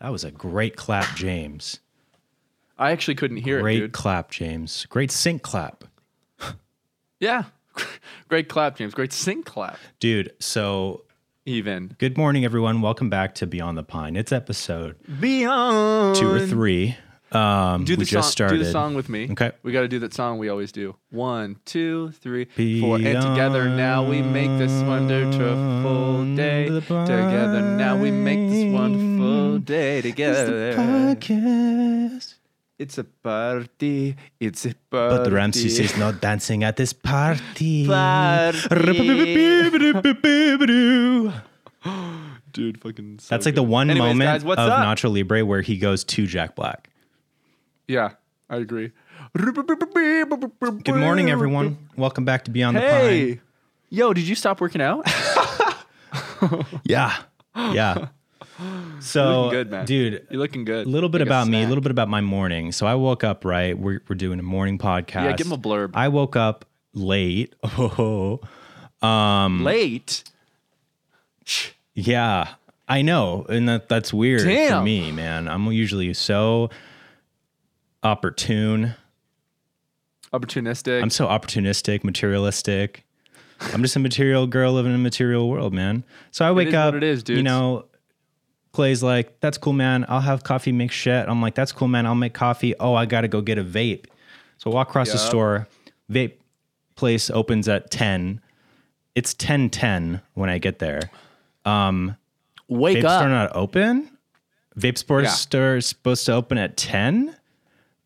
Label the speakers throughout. Speaker 1: That was a great clap, James.
Speaker 2: I actually couldn't hear
Speaker 1: Great
Speaker 2: it, dude.
Speaker 1: clap, James. Great sync clap.
Speaker 2: Yeah. Great clap, James. Great sync clap,
Speaker 1: Dude, so
Speaker 2: even.
Speaker 1: good morning, everyone. Welcome back to Beyond the Pine. It's episode
Speaker 2: Beyond.
Speaker 1: two or three. Um,
Speaker 2: Do the
Speaker 1: we
Speaker 2: song,
Speaker 1: just started.
Speaker 2: Do the song with me.
Speaker 1: Okay.
Speaker 2: We got to do that song we always do. One, two, three, four. And together now we make this wonderful day.
Speaker 1: Beyond the
Speaker 2: Together now we make this wonderful day together.
Speaker 1: podcast.
Speaker 2: It's a party. It's a party.
Speaker 1: But Ramses is not dancing at this party.
Speaker 2: Dude, fucking. so
Speaker 1: That's like the
Speaker 2: good.
Speaker 1: one
Speaker 2: Anyways,
Speaker 1: moment
Speaker 2: guys, what's
Speaker 1: of
Speaker 2: up?
Speaker 1: Nacho Libre where he goes to Jack Black.
Speaker 2: Yeah, I agree.
Speaker 1: Good
Speaker 2: Good
Speaker 1: morning, everyone. Welcome back to Beyond the
Speaker 2: Hey, yo, did you stop working out?
Speaker 1: Pine. Yeah. Yeah. So,
Speaker 2: Looking good, man.
Speaker 1: dude,
Speaker 2: You're looking good.
Speaker 1: a little bit
Speaker 2: Like
Speaker 1: about me, a
Speaker 2: snack.
Speaker 1: little bit about my morning. So I woke up, right? We're, we're doing a morning podcast.
Speaker 2: Yeah, give him a blurb.
Speaker 1: I woke up late. Oh, Um,
Speaker 2: Late.
Speaker 1: yeah. I know. And that that's weird for
Speaker 2: Damn.
Speaker 1: me, man. I'm usually so opportune.
Speaker 2: Opportunistic.
Speaker 1: I'm so opportunistic, materialistic. I'm just a material girl living in a material world, man. So I wake
Speaker 2: is what
Speaker 1: up,
Speaker 2: it is,
Speaker 1: you
Speaker 2: dudes.
Speaker 1: know, Clay's like, that's cool, man. I'll have coffee, make shit. I'm like, that's cool, man. I'll make coffee. Oh, I got to go get a vape. So I walk across the
Speaker 2: Yup.
Speaker 1: store. Vape place opens at 10. It's 10:10 when I get there.
Speaker 2: Wake
Speaker 1: Vapes are not open. Vape stores
Speaker 2: Yeah.
Speaker 1: are supposed to open at 10.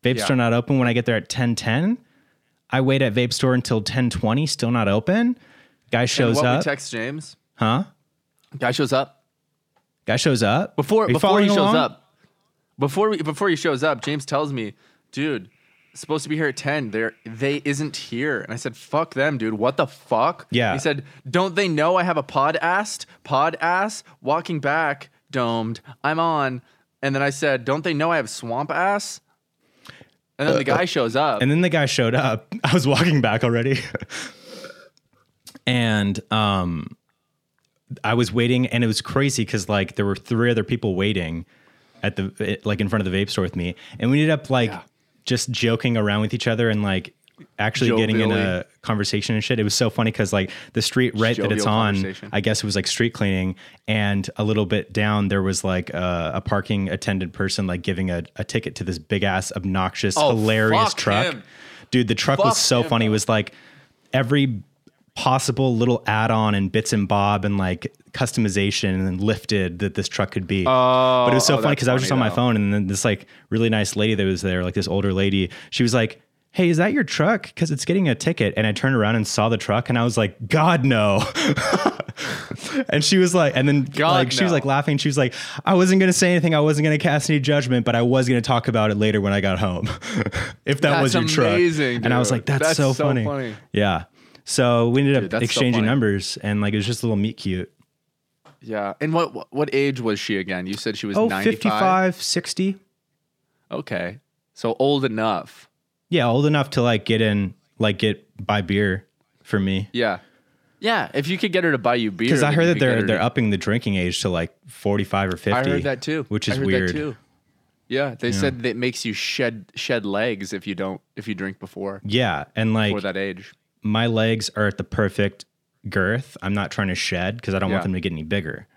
Speaker 1: Vape
Speaker 2: Yeah.
Speaker 1: store not open when I get there at 10:10. I wait at vape store until 10:20, still not open. Guy shows
Speaker 2: what
Speaker 1: up.
Speaker 2: we text James?
Speaker 1: huh?
Speaker 2: Guy shows up
Speaker 1: Guy shows up.
Speaker 2: before
Speaker 1: Are you
Speaker 2: before he
Speaker 1: following
Speaker 2: shows
Speaker 1: along?
Speaker 2: up. Before we, before he shows up, James tells me, "Dude, supposed to be here at ten. There they isn't here." And I said, "Fuck them, dude. What the fuck?"
Speaker 1: Yeah.
Speaker 2: He said, "Don't they know I have a pod assed pod ass walking back domed? I'm on." And then I said, "Don't they know I have swamp ass?" And then the guy shows up.
Speaker 1: Uh, And then the guy showed up. I was walking back already. and um I was waiting and it was crazy cuz like there were three other people waiting at the it- like in front of the vape store with me and we ended up like just joking around with each other and like actually
Speaker 2: Joe
Speaker 1: getting in
Speaker 2: Billy.
Speaker 1: a conversation and shit. It was so funny cuz like the street right that it's
Speaker 2: jovial
Speaker 1: on,
Speaker 2: conversation.
Speaker 1: I guess it was like street cleaning and a little bit down there was like uh, a, a parking attendant person like giving a, a ticket to this big ass obnoxious
Speaker 2: Oh,
Speaker 1: hilarious
Speaker 2: fuck
Speaker 1: truck.
Speaker 2: him.
Speaker 1: Dude, the truck was
Speaker 2: Fuck
Speaker 1: so
Speaker 2: him,
Speaker 1: funny. It was like every possible little add-on and bits and bob and like customization and lifted that this truck could be. but it was so
Speaker 2: oh,
Speaker 1: funny
Speaker 2: that's
Speaker 1: because I was just on
Speaker 2: funny,
Speaker 1: my
Speaker 2: though.
Speaker 1: phone and then this like really nice lady that was there, like this older lady, she was like, Hey, is that your truck? Because it's getting a ticket. And I turned around and saw the truck and I was like, God no. and she was like, and then like she was
Speaker 2: no.
Speaker 1: like laughing. She was like, I wasn't gonna say anything, I wasn't gonna cast any judgment, but I was gonna talk about it later when I got home. if that
Speaker 2: That's
Speaker 1: was your truck.
Speaker 2: amazing,
Speaker 1: And I was
Speaker 2: dude.
Speaker 1: like, that's,
Speaker 2: That's
Speaker 1: so,
Speaker 2: so
Speaker 1: funny.
Speaker 2: funny.
Speaker 1: Yeah. So we ended
Speaker 2: Dude,
Speaker 1: up
Speaker 2: that's so
Speaker 1: exchanging
Speaker 2: funny.
Speaker 1: numbers and like it was just a little meet cute.
Speaker 2: yeah. And what what- what age was she again? You said she was
Speaker 1: Oh,
Speaker 2: 95.
Speaker 1: 55, 60.
Speaker 2: Okay. So old enough.
Speaker 1: Yeah, old enough to like get in, like get buy beer for me.
Speaker 2: Yeah. Yeah. If you could get her to buy you beer.
Speaker 1: Because I
Speaker 2: then
Speaker 1: heard
Speaker 2: you
Speaker 1: that
Speaker 2: could get
Speaker 1: they're
Speaker 2: her
Speaker 1: they're
Speaker 2: to-
Speaker 1: upping the drinking age to like forty five or fifty.
Speaker 2: I heard that too.
Speaker 1: which
Speaker 2: I
Speaker 1: is
Speaker 2: heard that
Speaker 1: weird.
Speaker 2: too. Yeah. They said that it makes you shed shed legs if you don't if you drink before
Speaker 1: Yeah, and
Speaker 2: before
Speaker 1: like
Speaker 2: that age.
Speaker 1: my legs are at the perfect girth. I'm not trying to shed because I don't want
Speaker 2: Yeah.
Speaker 1: them to get any bigger.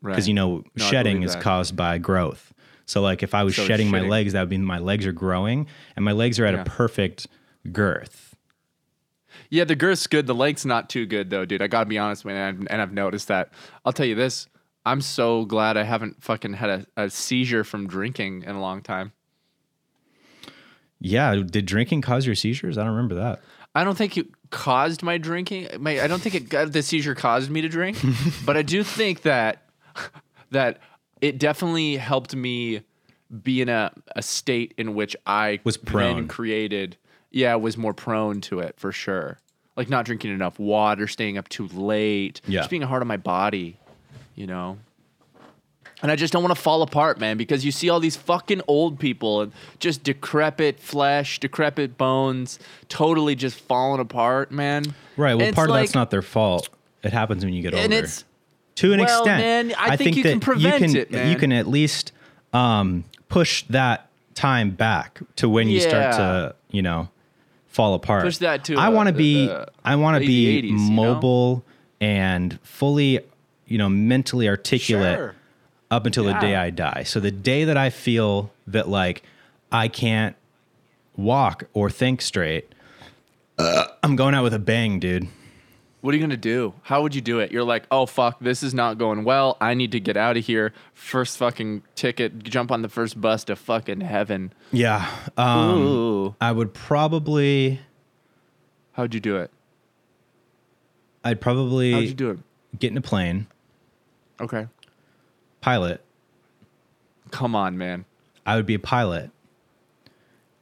Speaker 2: Right.
Speaker 1: Because you know,
Speaker 2: I
Speaker 1: shedding
Speaker 2: believe
Speaker 1: is
Speaker 2: that.
Speaker 1: caused by growth. So like if I was
Speaker 2: So
Speaker 1: shedding my
Speaker 2: shedding-
Speaker 1: legs, that would mean my legs are growing, and my legs are at
Speaker 2: Yeah.
Speaker 1: a perfect girth.
Speaker 2: Yeah, the girth's good. The length's not too good though, dude. I gotta be honest, man. And I've, and I've noticed that. I'll tell you this. I'm so glad I haven't fucking had a, a seizure from drinking in a long time.
Speaker 1: Yeah, did drinking cause your seizures? I don't remember that.
Speaker 2: I don't think it caused my drinking. My, I don't think it got, the seizure caused me to drink, but I do think that that it definitely helped me be in a, a state in which I
Speaker 1: Was
Speaker 2: then
Speaker 1: prone.
Speaker 2: created. Yeah, was more prone to it for sure. Like not drinking enough water, staying up too late,
Speaker 1: Yeah.
Speaker 2: just being hard on my body, you know. And I just don't want to fall apart, man, because you see all these fucking old people and just decrepit flesh, decrepit bones, totally just falling apart, man.
Speaker 1: Right. Well,
Speaker 2: And it's
Speaker 1: part of
Speaker 2: like-
Speaker 1: that's not their fault. It happens when you get older.
Speaker 2: And it's
Speaker 1: to an
Speaker 2: well,
Speaker 1: extent.
Speaker 2: man, I think you can
Speaker 1: you
Speaker 2: prevent
Speaker 1: can
Speaker 2: it, man.
Speaker 1: you can at least um, push that time back to when you
Speaker 2: Yeah.
Speaker 1: start to, you know, fall apart.
Speaker 2: Push that to,
Speaker 1: I
Speaker 2: uh,
Speaker 1: want to be.
Speaker 2: uh,
Speaker 1: I want to
Speaker 2: late 80s,
Speaker 1: be
Speaker 2: you know?
Speaker 1: mobile and fully, you know, mentally articulate
Speaker 2: Sure.
Speaker 1: up until the day
Speaker 2: Yeah.
Speaker 1: I die. So the day that I feel that like I can't walk or think straight, I'm going out with a bang, dude.
Speaker 2: What are you gonna do? How would you do it? You're like, oh fuck, this is not going well. I need to get out of here. First fucking ticket, jump on the first bus to fucking heaven.
Speaker 1: Yeah. Um,
Speaker 2: Ooh,
Speaker 1: I would probably.
Speaker 2: how'd you do it?
Speaker 1: I'd
Speaker 2: How'd
Speaker 1: probably
Speaker 2: you do it?
Speaker 1: get in a plane,
Speaker 2: Okay,
Speaker 1: pilot.
Speaker 2: come on, man.
Speaker 1: I would be a pilot,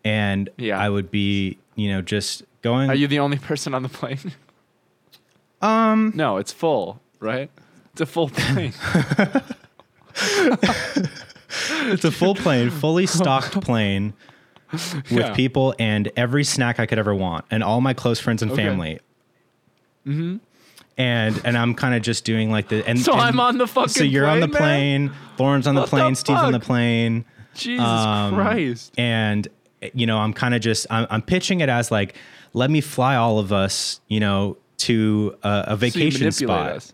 Speaker 1: and
Speaker 2: Yeah.
Speaker 1: I would be, you know, just going.
Speaker 2: Are you the only person on the plane? Um, no, it's full, right? It's a full plane.
Speaker 1: it's a full plane, fully stocked plane with
Speaker 2: Yeah.
Speaker 1: people and every snack I could ever want, and all my close friends and family. Mm-hmm. And and I'm kind of just doing like the and
Speaker 2: Mm-hmm. So
Speaker 1: and-
Speaker 2: I'm on the fucking
Speaker 1: so you're on the
Speaker 2: plane,
Speaker 1: plane, Lauren's on the
Speaker 2: What the
Speaker 1: plane, Steve's on the
Speaker 2: fuck?
Speaker 1: plane.
Speaker 2: Jesus
Speaker 1: Um,
Speaker 2: Christ.
Speaker 1: And you know, I'm kind of just I'm, I'm pitching it as like, let me fly all of us, you know, to a, a
Speaker 2: So you
Speaker 1: vacation
Speaker 2: manipulate
Speaker 1: spot,
Speaker 2: us.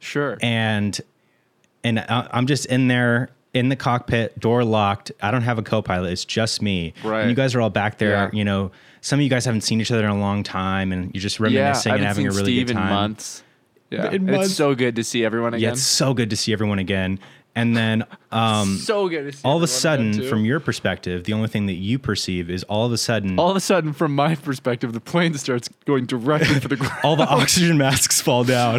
Speaker 2: Sure.
Speaker 1: and and I, I'm just in there in the cockpit, door locked. I don't have a co-pilot; it's just me.
Speaker 2: Right.
Speaker 1: And you guys are all back there.
Speaker 2: Yeah.
Speaker 1: You know, some of you guys haven't seen each other in a long time, and you're just reminiscing and having a really
Speaker 2: Steve
Speaker 1: good time.
Speaker 2: in months. Yeah,
Speaker 1: In
Speaker 2: and
Speaker 1: months.
Speaker 2: it's so good to see everyone again.
Speaker 1: Yeah, it's so good to see everyone again. And then um,
Speaker 2: so good to see.
Speaker 1: all of
Speaker 2: everyone
Speaker 1: a
Speaker 2: again,
Speaker 1: sudden,
Speaker 2: too.
Speaker 1: from your perspective, the only thing that you perceive is all of a sudden
Speaker 2: all of a sudden, from my perspective, the plane starts going directly for the ground.
Speaker 1: all the oxygen masks fall down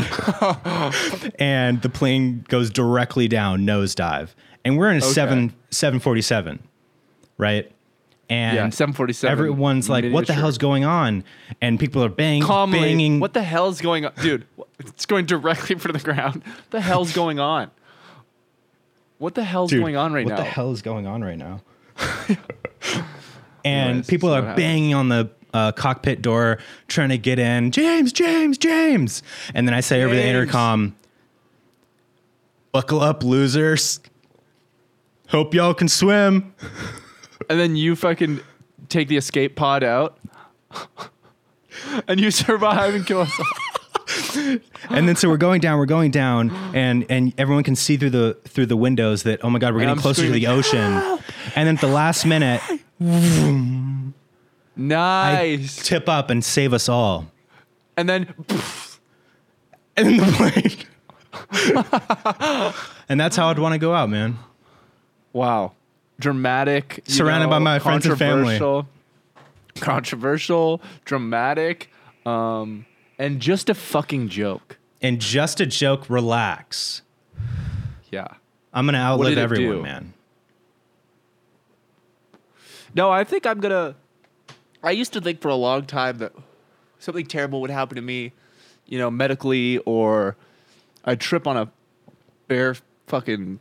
Speaker 1: and the plane goes directly down nosedive and we're in a
Speaker 2: Okay.
Speaker 1: 7 747 right and
Speaker 2: Yeah, 747.
Speaker 1: everyone's like what the
Speaker 2: Miniature.
Speaker 1: hell's going on and people are bang,
Speaker 2: Calmly,
Speaker 1: banging
Speaker 2: what the hell's going on, dude? wh- It's going directly for the ground. What the hell's going on? What the hell's
Speaker 1: Dude,
Speaker 2: going on right
Speaker 1: what
Speaker 2: now?
Speaker 1: the hell is going on right now and
Speaker 2: Anyways,
Speaker 1: people
Speaker 2: so
Speaker 1: are
Speaker 2: what happens?
Speaker 1: banging on the uh, cockpit door trying to get in james james james and then i say over the
Speaker 2: James.
Speaker 1: intercom buckle up losers hope y'all can swim
Speaker 2: And then you fucking take the escape pod out, and you survive and kill us. all.
Speaker 1: and then so we're going down we're going down and and everyone can see through the through the windows that oh my god we're getting
Speaker 2: I'm
Speaker 1: closer to the ocean and then at the last minute
Speaker 2: Nice.
Speaker 1: tip up and save us all
Speaker 2: and then
Speaker 1: in the plane. and that's how I'd want to go out, man.
Speaker 2: Wow. Dramatic. you
Speaker 1: Surrounded by my friends and family.
Speaker 2: controversial- Controversial, dramatic, um, and just a fucking joke.
Speaker 1: And just a joke, relax.
Speaker 2: Yeah.
Speaker 1: I'm gonna outlive
Speaker 2: did it
Speaker 1: everyone,
Speaker 2: do?
Speaker 1: man.
Speaker 2: No, I think I'm gonna. I used to think for a long time that something terrible would happen to me, you know, medically, or I trip on a bear fucking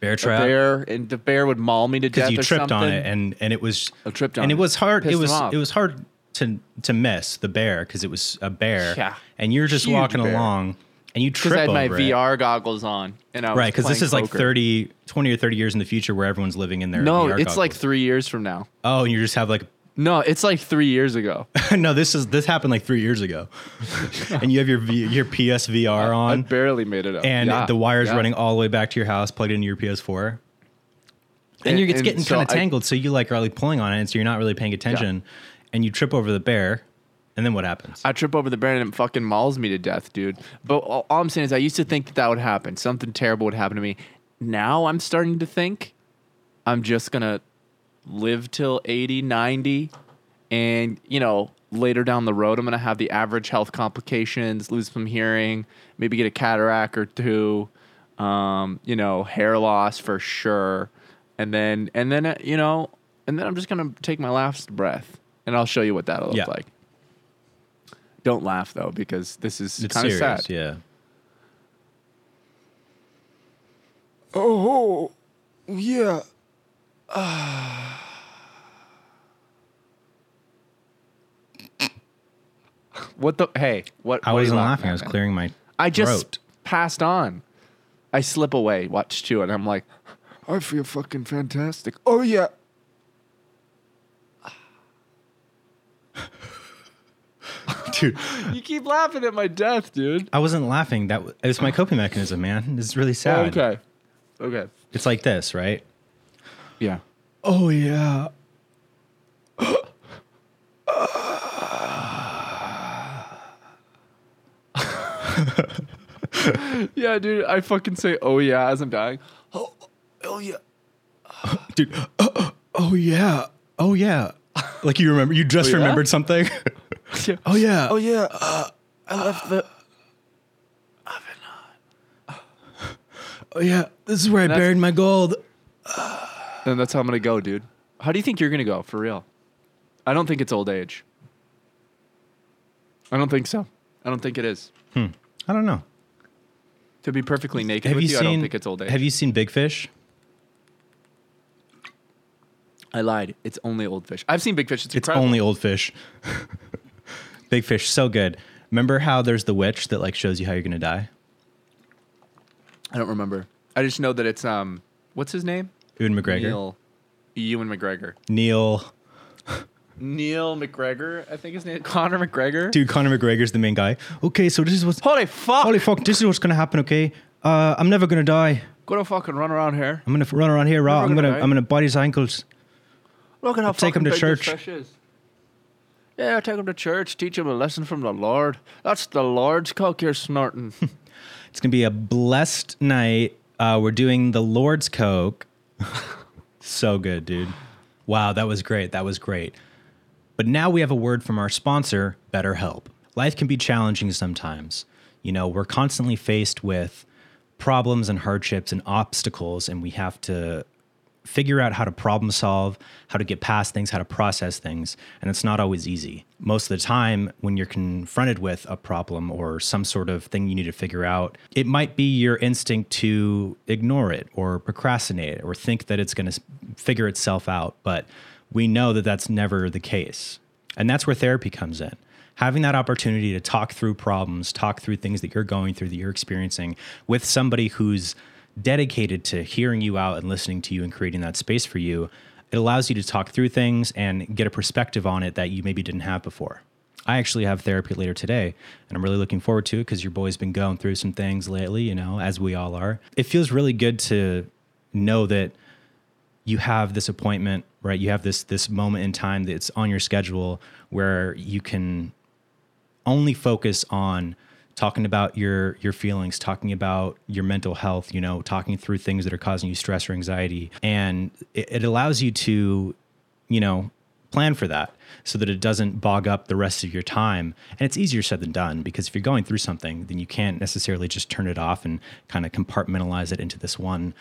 Speaker 1: Bear
Speaker 2: a
Speaker 1: trap.
Speaker 2: bear, and the bear would maul me to death.
Speaker 1: Because you
Speaker 2: or
Speaker 1: tripped on
Speaker 2: something.
Speaker 1: it, and and it was
Speaker 2: I tripped on
Speaker 1: and it
Speaker 2: it.
Speaker 1: was hard.
Speaker 2: Pissed
Speaker 1: it
Speaker 2: him
Speaker 1: was
Speaker 2: off.
Speaker 1: it was hard to to miss the bear because it was a bear.
Speaker 2: Yeah.
Speaker 1: And you're just
Speaker 2: Huge
Speaker 1: walking
Speaker 2: bear.
Speaker 1: along, and you trip
Speaker 2: Because I had my
Speaker 1: over it.
Speaker 2: VR goggles on, and I was
Speaker 1: Right, because this
Speaker 2: playing
Speaker 1: is like
Speaker 2: poker.
Speaker 1: 30, 20 or 30 years in the future where everyone's living in their
Speaker 2: No,
Speaker 1: VR
Speaker 2: it's like
Speaker 1: goggles.
Speaker 2: three years from now.
Speaker 1: oh, and you just have like
Speaker 2: No, it's like three years ago.
Speaker 1: no, this is this happened like three years ago, and you have your v, your PSVR
Speaker 2: I
Speaker 1: on,
Speaker 2: barely made it up.
Speaker 1: and
Speaker 2: Yeah,
Speaker 1: the wires
Speaker 2: yeah.
Speaker 1: running all the way back to your house, plugged into your PS4. And,
Speaker 2: And-
Speaker 1: you're, it's
Speaker 2: and
Speaker 1: getting
Speaker 2: so
Speaker 1: kind of
Speaker 2: I-
Speaker 1: tangled, so you like are like pulling on it, and so you're not really paying attention, and you trip over the bear, and then what happens?
Speaker 2: I trip over the bear and it fucking mauls me to death, dude. But all, all I'm saying is, I used to think that that would happen. Something terrible would happen to me. Now I'm starting to think I'm just going to live till 80, 90. And, you know, later down the road, I'm going to have the average health complications, lose some hearing, maybe get a cataract or two, um, you know, hair loss for sure. And then, and then, uh, you know, and then I'm just going to take my last breath and I'll show you what that'll look
Speaker 1: Yeah.
Speaker 2: like. Don't laugh though, because this is
Speaker 1: It's
Speaker 2: kind of
Speaker 1: serious,
Speaker 2: sad.
Speaker 1: yeah.
Speaker 2: Oh, yeah. what the? Hey, what? what are
Speaker 1: I
Speaker 2: you
Speaker 1: wasn't laughing;
Speaker 2: at,
Speaker 1: I was
Speaker 2: man?
Speaker 1: clearing my
Speaker 2: I just
Speaker 1: throat.
Speaker 2: passed on. I slip away, watch two, and I'm like, I feel fucking fantastic.
Speaker 3: Oh yeah.
Speaker 1: dude.
Speaker 2: You keep laughing at my death, dude.
Speaker 1: I wasn't laughing. That w- it was my coping mechanism, man. It's really sad.
Speaker 2: Okay. Okay.
Speaker 1: It's like this, right?
Speaker 3: Yeah.
Speaker 1: Oh yeah.
Speaker 2: Yeah, dude, I fucking say oh yeah as I'm dying.
Speaker 3: Oh, oh yeah.
Speaker 1: Dude. Oh yeah. Oh yeah. Like you remember you just
Speaker 2: yeah?
Speaker 1: remembered something?
Speaker 2: Yeah.
Speaker 1: oh yeah.
Speaker 3: Oh yeah. Uh, I left the.
Speaker 1: Oh yeah. This is where I
Speaker 2: that's-
Speaker 1: buried my gold.
Speaker 2: And that's how I'm gonna go, dude. How do you think you're gonna go for real? I don't think it's old age. I don't think so. I don't think it is.
Speaker 1: I don't know.
Speaker 2: To be perfectly naked
Speaker 1: Have
Speaker 2: with
Speaker 1: you
Speaker 2: you,
Speaker 1: seen
Speaker 2: I don't think it's old age.
Speaker 1: Have you seen Big Fish?
Speaker 2: I lied. It's only old fish. I've seen big fish. It's,
Speaker 1: It's
Speaker 2: incredible.
Speaker 1: only old fish. Big Fish so good. Remember how there's the witch that like shows you how you're going to die?
Speaker 2: I don't remember. I just know that it's um. What's his name?
Speaker 1: Ewan McGregor.
Speaker 2: Neil. Ewan McGregor.
Speaker 1: Neil.
Speaker 2: Neil McGregor. I think his name. Connor McGregor.
Speaker 1: Dude, Conor McGregor's the main guy. Okay, so this is what's
Speaker 2: Holy fuck!
Speaker 1: Holy fuck, this is what's gonna happen, okay? Uh, I'm never gonna die.
Speaker 2: Gonna fucking run around here.
Speaker 1: I'm gonna f- run around here raw.
Speaker 2: Never
Speaker 1: I'm
Speaker 2: gonna
Speaker 1: gonna,
Speaker 2: die.
Speaker 1: I'm gonna bite his ankles.
Speaker 2: Look at how
Speaker 1: Take
Speaker 2: fucking
Speaker 1: 'em to
Speaker 2: big this
Speaker 1: church.
Speaker 2: fish is. Yeah, take him to church. Teach him a lesson from the Lord. That's the Lord's cock you're snorting.
Speaker 1: It's gonna be a blessed night. Uh, we're doing the Lord's Coke. so good, dude. Wow, that was great. That was great. But now we have a word from our sponsor, BetterHelp. Life can be challenging sometimes. You know, we're constantly faced with problems and hardships and obstacles, and we have to figure out how to problem solve, how to get past things, how to process things. And it's not always easy. Most of the time, when you're confronted with a problem or some sort of thing you need to figure out, it might be your instinct to ignore it or procrastinate it or think that it's going to figure itself out. But we know that that's never the case. And that's where therapy comes in. Having that opportunity to talk through problems, talk through things that you're going through, that you're experiencing with somebody who's dedicated to hearing you out and listening to you and creating that space for you, it allows you to talk through things and get a perspective on it that you maybe didn't have before. I actually have therapy later today, and I'm really looking forward to it because your boy's been going through some things lately, you know, as we all are. It feels really good to know that you have this appointment, right? You have this this moment in time that's on your schedule where you can only focus on talking about your your feelings, talking about your mental health, you know, talking through things that are causing you stress or anxiety, and it, it allows you to, you know, plan for that so that it doesn't bog up the rest of your time. And it's easier said than done because if you're going through something, then you can't necessarily just turn it off and kind of compartmentalize it into this one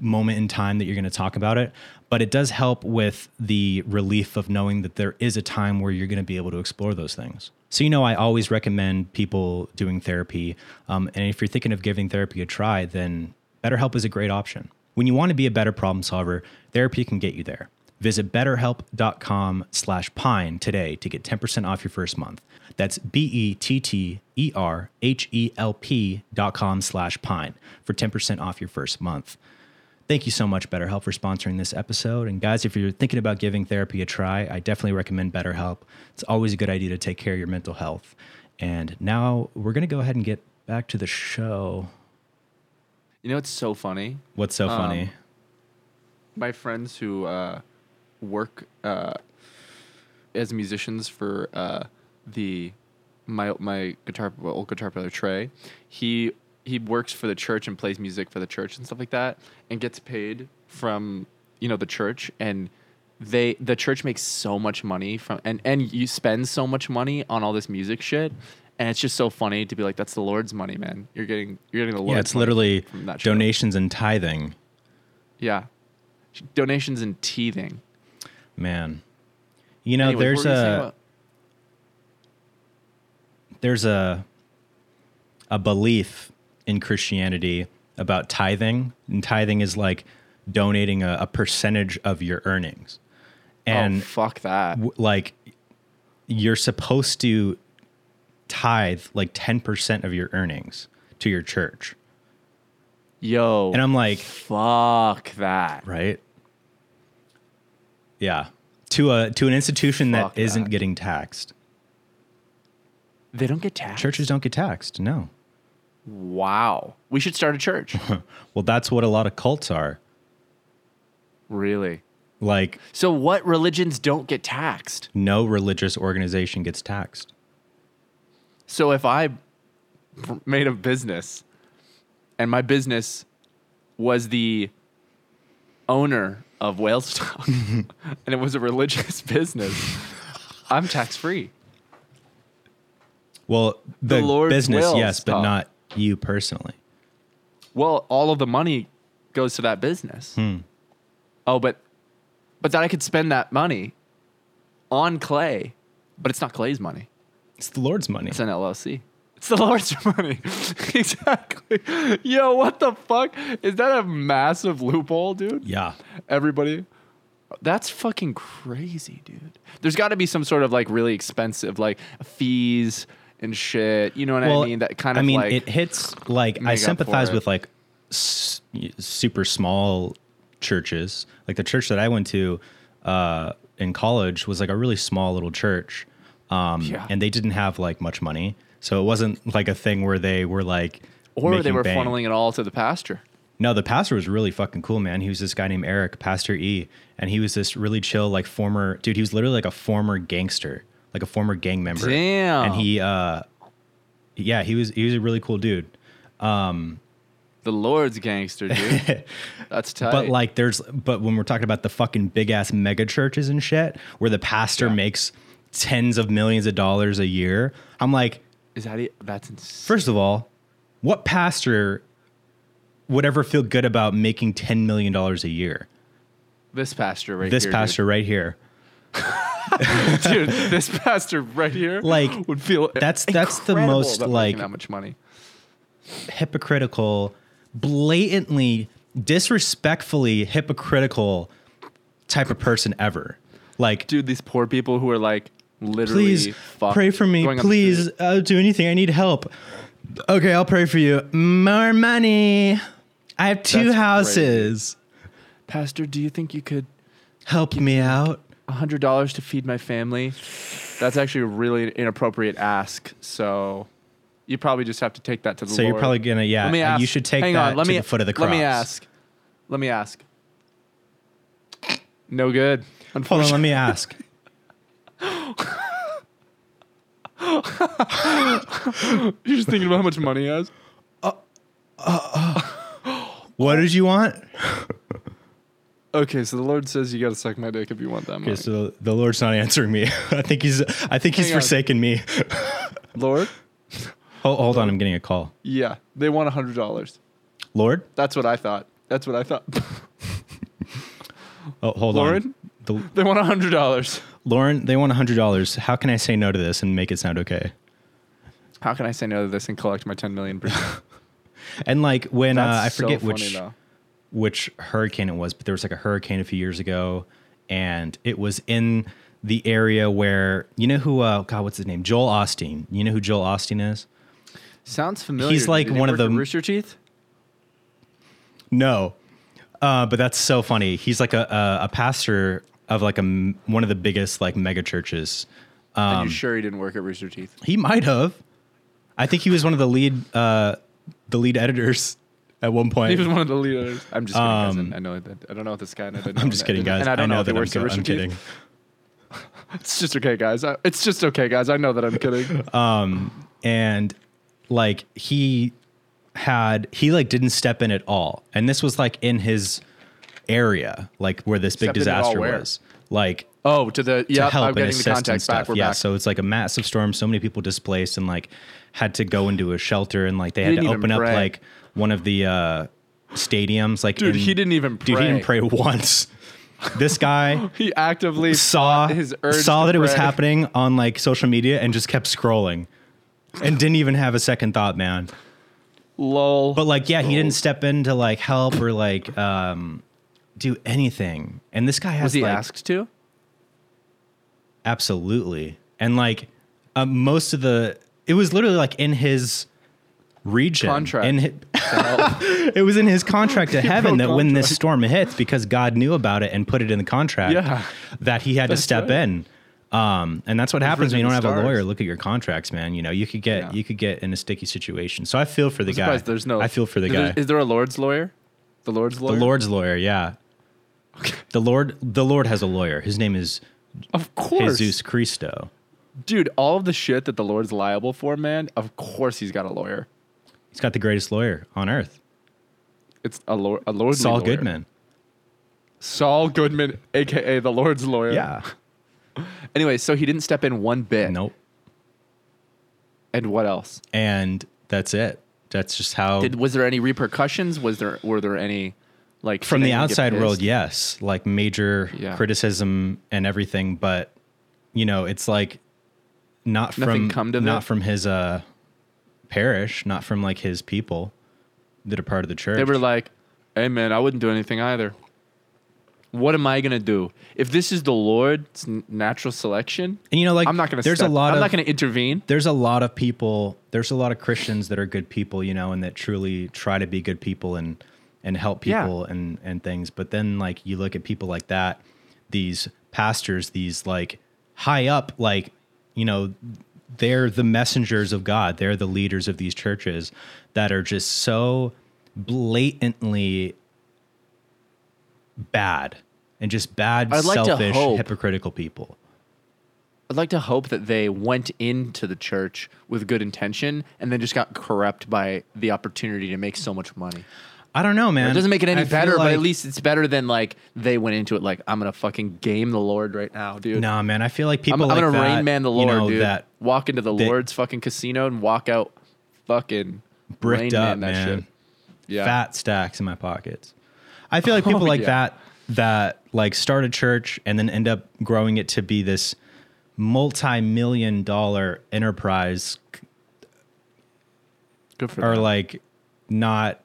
Speaker 1: moment in time that you're going to talk about it, but it does help with the relief of knowing that there is a time where you're going to be able to explore those things. So, you know, I always recommend people doing therapy. Um, and if you're thinking of giving therapy a try, then BetterHelp is a great option. When you want to be a better problem solver, therapy can get you there. Visit betterhelp.com slash pine today to get 10% off your first month. That's E B-E-T-T-E-R-H-E-L-P E dot com slash pine for 10% off your first month. Thank you so much, BetterHelp, for sponsoring this episode. And guys, if you're thinking about giving therapy a try, I definitely recommend BetterHelp. It's always a good idea to take care of your mental health. And now we're going to go ahead and get back to the show.
Speaker 2: you know what's so funny?
Speaker 1: What's so
Speaker 2: Um,
Speaker 1: funny?
Speaker 2: my friends who uh, work uh, as musicians for uh, the my my guitar well, old guitar player Trey, he he works for the church and plays music for the church and stuff like that, and gets paid from you know the church and they the church makes so much money from and and you spend so much money on all this music shit and it's just so funny to be like that's the lord's money man you're getting you're getting the lord's
Speaker 1: Yeah, it's
Speaker 2: money
Speaker 1: literally
Speaker 2: from that show.
Speaker 1: donations and tithing.
Speaker 2: yeah donations and teething
Speaker 1: Man. You know,
Speaker 2: Anyways, what
Speaker 1: there's
Speaker 2: were you saying
Speaker 1: a
Speaker 2: about-
Speaker 1: there's a a belief in Christianity about tithing, and tithing is like donating a, a percentage of your earnings.
Speaker 2: oh,
Speaker 1: And
Speaker 2: fuck that.
Speaker 1: w- like you're supposed to tithe like 10% of your earnings to your church
Speaker 2: Yo.
Speaker 1: And I'm like,
Speaker 2: fuck that.
Speaker 1: right? Yeah. To a to an institution
Speaker 2: Fuck
Speaker 1: that isn't
Speaker 2: that.
Speaker 1: getting taxed.
Speaker 2: They don't get taxed.
Speaker 1: Churches don't get taxed. No.
Speaker 2: Wow. We should start a church.
Speaker 1: Well, that's what a lot of cults are.
Speaker 2: really.
Speaker 1: Like
Speaker 2: So what religions don't get taxed?
Speaker 1: no religious organization gets taxed.
Speaker 2: So if I pr- made a business and my business was the owner of whale stock and it was a religious business, I'm tax free.
Speaker 1: Well, the,
Speaker 2: Lord's
Speaker 1: business,
Speaker 2: will
Speaker 1: yes, but
Speaker 2: stuff.
Speaker 1: not you personally.
Speaker 2: Well, all of the money goes to that business.
Speaker 1: Hmm.
Speaker 2: Oh, but but then I could spend that money on Clay, but it's not Clay's money.
Speaker 1: It's the Lord's money.
Speaker 2: It's an LLC. It's the Lord's money. exactly. Yo, what the fuck? Is that a massive loophole, dude?
Speaker 1: yeah.
Speaker 2: Everybody. That's fucking crazy, dude. There's got to be some sort of like really expensive like fees and shit. You know what I mean? That kind of
Speaker 1: I mean,
Speaker 2: like
Speaker 1: it hits like I
Speaker 2: make up
Speaker 1: sympathize
Speaker 2: for it.
Speaker 1: with like s- super small churches. Like the church that I went to uh, in college was like a really small little church, um,
Speaker 2: Yeah.
Speaker 1: and they didn't have like much money, so it wasn't like a thing where they were like
Speaker 2: or they
Speaker 1: making
Speaker 2: were
Speaker 1: bank.
Speaker 2: funneling it all to the pastor.
Speaker 1: No, the pastor was really fucking cool, man. He was this guy named Eric, Pastor E, and he was this really chill, like former dude. He was literally like a former gangster, like a former gang member.
Speaker 2: Damn.
Speaker 1: And he, uh, yeah, he was he was a really cool dude.
Speaker 2: The Lord's gangster, dude. That's tight.
Speaker 1: But like, there's but when we're talking about the fucking big ass mega churches and shit, where the pastor makes tens of millions of dollars a year, I'm like,
Speaker 2: is that it? That's insane.
Speaker 1: first of all, what pastor would ever feel good about making ten million dollars a year?
Speaker 2: This pastor right
Speaker 1: This
Speaker 2: here. dude.
Speaker 1: pastor right here.
Speaker 2: dude, this pastor right here,
Speaker 1: Like,
Speaker 2: would feel
Speaker 1: that's- that's the
Speaker 2: incredible
Speaker 1: most,
Speaker 2: about making
Speaker 1: like-
Speaker 2: that much money.
Speaker 1: hypocritical, blatantly, disrespectfully hypocritical type of person ever. Like,
Speaker 2: Dude, these poor people who are like literally
Speaker 1: please
Speaker 2: fucked,
Speaker 1: pray for me.
Speaker 2: going on the
Speaker 1: Please,
Speaker 2: street.
Speaker 1: I'll do anything. I need help. Okay, I'll pray for you. More money. I have two
Speaker 2: That's
Speaker 1: houses.
Speaker 2: pastor, do you think you could
Speaker 1: Help me out.
Speaker 2: a hundred dollars to feed my family? That's actually a really inappropriate ask. So you probably just have to take that to the
Speaker 1: So you're
Speaker 2: Lord.
Speaker 1: probably gonna yeah.
Speaker 2: Let me ask.
Speaker 1: Uh, You should take
Speaker 2: Hang
Speaker 1: that
Speaker 2: on, let
Speaker 1: to
Speaker 2: me,
Speaker 1: the foot of the cross.
Speaker 2: Let me ask. Let me ask. No good.
Speaker 1: Hold on,
Speaker 2: Unfortunately,
Speaker 1: let me ask.
Speaker 2: you're just thinking about how much money he has.
Speaker 1: What did you want?
Speaker 2: Okay, so the Lord says you got to suck my dick if you want that money.
Speaker 1: Okay, so the Lord's not answering me. I think he's I think he's
Speaker 2: Hang on.
Speaker 1: forsaken me.
Speaker 2: Lord,
Speaker 1: Oh, hold on, I'm getting a call.
Speaker 2: yeah, they want a hundred dollars.
Speaker 1: Lord?
Speaker 2: That's what I thought. That's what I thought.
Speaker 1: Oh, hold
Speaker 2: Lauren?
Speaker 1: on. The,
Speaker 2: they want a hundred dollars.
Speaker 1: Lauren, they want $100. How can I say no to this and make it sound okay?
Speaker 2: How can I say no to this and collect my ten million? percent?
Speaker 1: And like when uh,
Speaker 2: That's
Speaker 1: I forget
Speaker 2: so funny,
Speaker 1: which
Speaker 2: though.
Speaker 1: which hurricane it was, but there was like a hurricane a few years ago and it was in the area where you know who uh, god what's his name? Joel Osteen. You know who Joel Osteen is?
Speaker 2: Sounds familiar.
Speaker 1: He's
Speaker 2: dude.
Speaker 1: like
Speaker 2: Did he
Speaker 1: one of
Speaker 2: work at
Speaker 1: the-
Speaker 2: Rooster Teeth.
Speaker 1: No. Uh, but that's so funny. He's like a a, a pastor of like a m- one of the biggest like mega churches.
Speaker 2: Are
Speaker 1: um,
Speaker 2: you sure he didn't work at Rooster Teeth?
Speaker 1: He might have. I think he was one of the lead uh, the lead editors at one point.
Speaker 2: He was one of the leaders. I'm just kidding. cousin. I know that. I don't know this guy. And I didn't
Speaker 1: um, I'm just kidding, guys.
Speaker 2: And I don't know,
Speaker 1: know
Speaker 2: if he
Speaker 1: that I'm,
Speaker 2: works
Speaker 1: ki-
Speaker 2: at Rooster
Speaker 1: I'm
Speaker 2: Teeth.
Speaker 1: kidding.
Speaker 2: It's just okay, guys. I, it's just okay, guys. I know that I'm kidding.
Speaker 1: Uh, And like he had he like didn't step in at all. And this was like in his area, like where this big
Speaker 2: Step in at all
Speaker 1: disaster
Speaker 2: where?
Speaker 1: was. Like
Speaker 2: oh, to the
Speaker 1: to
Speaker 2: yeah.
Speaker 1: help
Speaker 2: I'm
Speaker 1: and
Speaker 2: getting the
Speaker 1: assist and
Speaker 2: context
Speaker 1: stuff.
Speaker 2: back. We're
Speaker 1: yeah,
Speaker 2: back.
Speaker 1: so it's like a massive storm. So many people displaced and like had to go into a shelter and like they had
Speaker 2: didn't
Speaker 1: to
Speaker 2: even
Speaker 1: open up
Speaker 2: pray.
Speaker 1: like one of the uh, stadiums. Like,
Speaker 2: Dude,
Speaker 1: in-
Speaker 2: he didn't even
Speaker 1: Dude, he didn't
Speaker 2: pray.
Speaker 1: pray once. This guy
Speaker 2: he actively
Speaker 1: saw
Speaker 2: fought his urge
Speaker 1: saw
Speaker 2: to
Speaker 1: that it was
Speaker 2: pray.
Speaker 1: happening on like social media and just kept scrolling, and didn't even have a second thought, man.
Speaker 2: Lol.
Speaker 1: But like, yeah, he didn't step in to like help or like um, do anything. And this guy has
Speaker 2: was he
Speaker 1: like,
Speaker 2: asked to?
Speaker 1: uh, Absolutely. And like um, most of the, it was literally like in his region.
Speaker 2: Contract.
Speaker 1: In hi- it was in his contract to heaven that when this storm hits, because God knew about it and put it in the contract,
Speaker 2: Yeah.
Speaker 1: that he had to step
Speaker 2: right.
Speaker 1: in. Um, and that's what happens when you
Speaker 2: written
Speaker 1: don't
Speaker 2: in
Speaker 1: have
Speaker 2: the
Speaker 1: a lawyer
Speaker 2: stars.
Speaker 1: look at your contracts, man. You know, you could get
Speaker 2: Yeah.
Speaker 1: you could get in a sticky situation. So I feel for the guy.
Speaker 2: Surprised there's no.
Speaker 1: I feel for the
Speaker 2: There-
Speaker 1: guy.
Speaker 2: Is there a Lord's lawyer? The Lord's
Speaker 1: The
Speaker 2: lawyer.
Speaker 1: Lord's lawyer, yeah. The Lord the Lord has a lawyer. His name is
Speaker 2: Of course,
Speaker 1: Jesus Cristo.
Speaker 2: dude. All of the shit that the Lord's liable for, man. Of course, he's got a lawyer.
Speaker 1: He's got the greatest lawyer on earth.
Speaker 2: It's a lord. A lordly
Speaker 1: Saul
Speaker 2: lawyer.
Speaker 1: Goodman.
Speaker 2: Saul Goodman, aka the Lord's lawyer.
Speaker 1: Yeah.
Speaker 2: Anyway, so he didn't step in one bit.
Speaker 1: Nope.
Speaker 2: And what else?
Speaker 1: And that's it. That's just how
Speaker 2: Did was there any repercussions? Was there were there any like
Speaker 1: from
Speaker 2: did
Speaker 1: the
Speaker 2: anyone get
Speaker 1: outside world,
Speaker 2: pissed?
Speaker 1: yes, like major
Speaker 2: Yeah.
Speaker 1: criticism and everything, but you know, it's like not
Speaker 2: Nothing
Speaker 1: from
Speaker 2: come to
Speaker 1: not
Speaker 2: that?
Speaker 1: from his uh parish, not from like his people that are part of the church.
Speaker 2: They were like, "Hey, man, I wouldn't do anything either. What am I gonna do if this is the Lord's n- natural selection?
Speaker 1: and you know, like
Speaker 2: I'm not gonna.
Speaker 1: there's
Speaker 2: step-
Speaker 1: a lot
Speaker 2: I'm
Speaker 1: of
Speaker 2: not gonna intervene.
Speaker 1: there's a lot of people there's a lot of christians that are good people you know and that truly try to be good people and and help
Speaker 2: Yeah.
Speaker 1: people and and things but then like you look at people like that these pastors these like high up like you know they're the messengers of god they're the leaders of these churches that are just so blatantly bad and just bad
Speaker 2: I'd like to
Speaker 1: selfish
Speaker 2: hope-
Speaker 1: hypocritical people
Speaker 2: I'd like to hope that they went into the church with good intention and then just got corrupt by the opportunity to make so much money.
Speaker 1: i don't know man
Speaker 2: It doesn't make it any
Speaker 1: I feel
Speaker 2: better, but
Speaker 1: like-
Speaker 2: at least it's better than like they went into it like I'm gonna fucking game the Lord right now, dude.
Speaker 1: No, man. I feel like
Speaker 2: I'm,
Speaker 1: people
Speaker 2: I'm
Speaker 1: like
Speaker 2: gonna
Speaker 1: that,
Speaker 2: rain man the
Speaker 1: you
Speaker 2: Lord,
Speaker 1: know,
Speaker 2: dude.
Speaker 1: that
Speaker 2: walk into the
Speaker 1: they-
Speaker 2: Lord's fucking casino and walk out fucking
Speaker 1: bricked
Speaker 2: Rain
Speaker 1: up,
Speaker 2: Man that
Speaker 1: man.
Speaker 2: shit. Yeah. Oh,
Speaker 1: Fat stacks in my pockets. I feel like people like
Speaker 2: yeah.
Speaker 1: that that like start a church and then end up growing it to be this multi-million dollar enterprise
Speaker 2: Good for
Speaker 1: are
Speaker 2: them.
Speaker 1: like not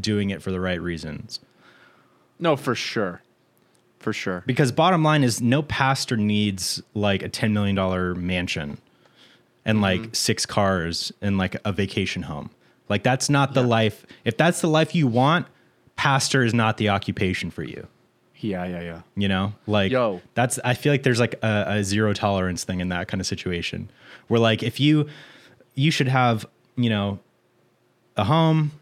Speaker 1: doing it for the right reasons.
Speaker 2: No, for sure. For sure.
Speaker 1: Because bottom line is no pastor needs like a 10 million dollar mansion and like six cars and like a vacation home. Like that's not the life. If that's the life you want, pastor is not the occupation for you.
Speaker 2: Yeah, yeah, yeah.
Speaker 1: You know, like
Speaker 2: Yo.
Speaker 1: that's I feel like there's like a, a zero tolerance thing in that kind of situation where like if you you should have you know a home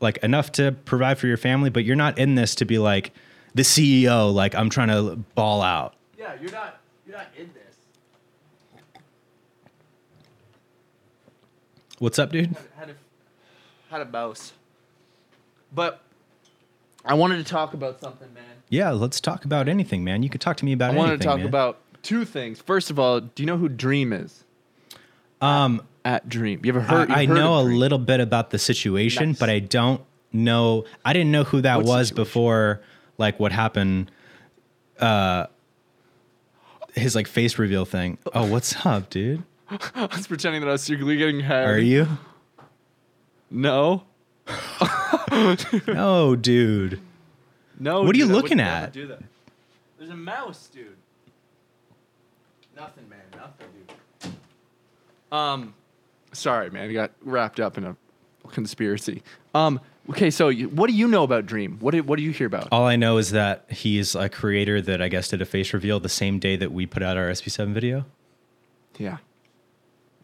Speaker 1: like enough to provide for your family, but you're not in this to be like the CEO. Like I'm trying to ball out.
Speaker 2: Yeah, you're not you're not in this.
Speaker 1: What's up, dude?
Speaker 2: Had a had a mouse. But I wanted to talk about something, man.
Speaker 1: Yeah, let's talk about anything, man. You could talk to me about
Speaker 2: I
Speaker 1: anything.
Speaker 2: wanted to talk
Speaker 1: man.
Speaker 2: about two things. First of all, do you know who Dream is? Um at Dream. You ever heard
Speaker 1: I, I
Speaker 2: you've heard
Speaker 1: know a
Speaker 2: of Dream?
Speaker 1: little bit about the situation,
Speaker 2: Nice.
Speaker 1: but I don't know. I didn't know who that
Speaker 2: What
Speaker 1: was
Speaker 2: situation?
Speaker 1: before, like what happened. Uh, his like face reveal thing. Oh, what's up, dude?
Speaker 2: I was pretending that I was secretly getting hacked.
Speaker 1: Are you?
Speaker 2: No.
Speaker 1: No, dude.
Speaker 2: No.
Speaker 1: What are you
Speaker 2: dude, I
Speaker 1: looking
Speaker 2: would never
Speaker 1: at?
Speaker 2: do that. There's a mouse, dude. Nothing, man. Nothing, dude. Um, sorry, man. I got wrapped up in a conspiracy. Um, okay, so you, what do you know about Dream? What do, what do you hear about?
Speaker 1: All I know is that he's a creator that I guess did a face reveal the same day that we put out our SP7 video.
Speaker 2: Yeah.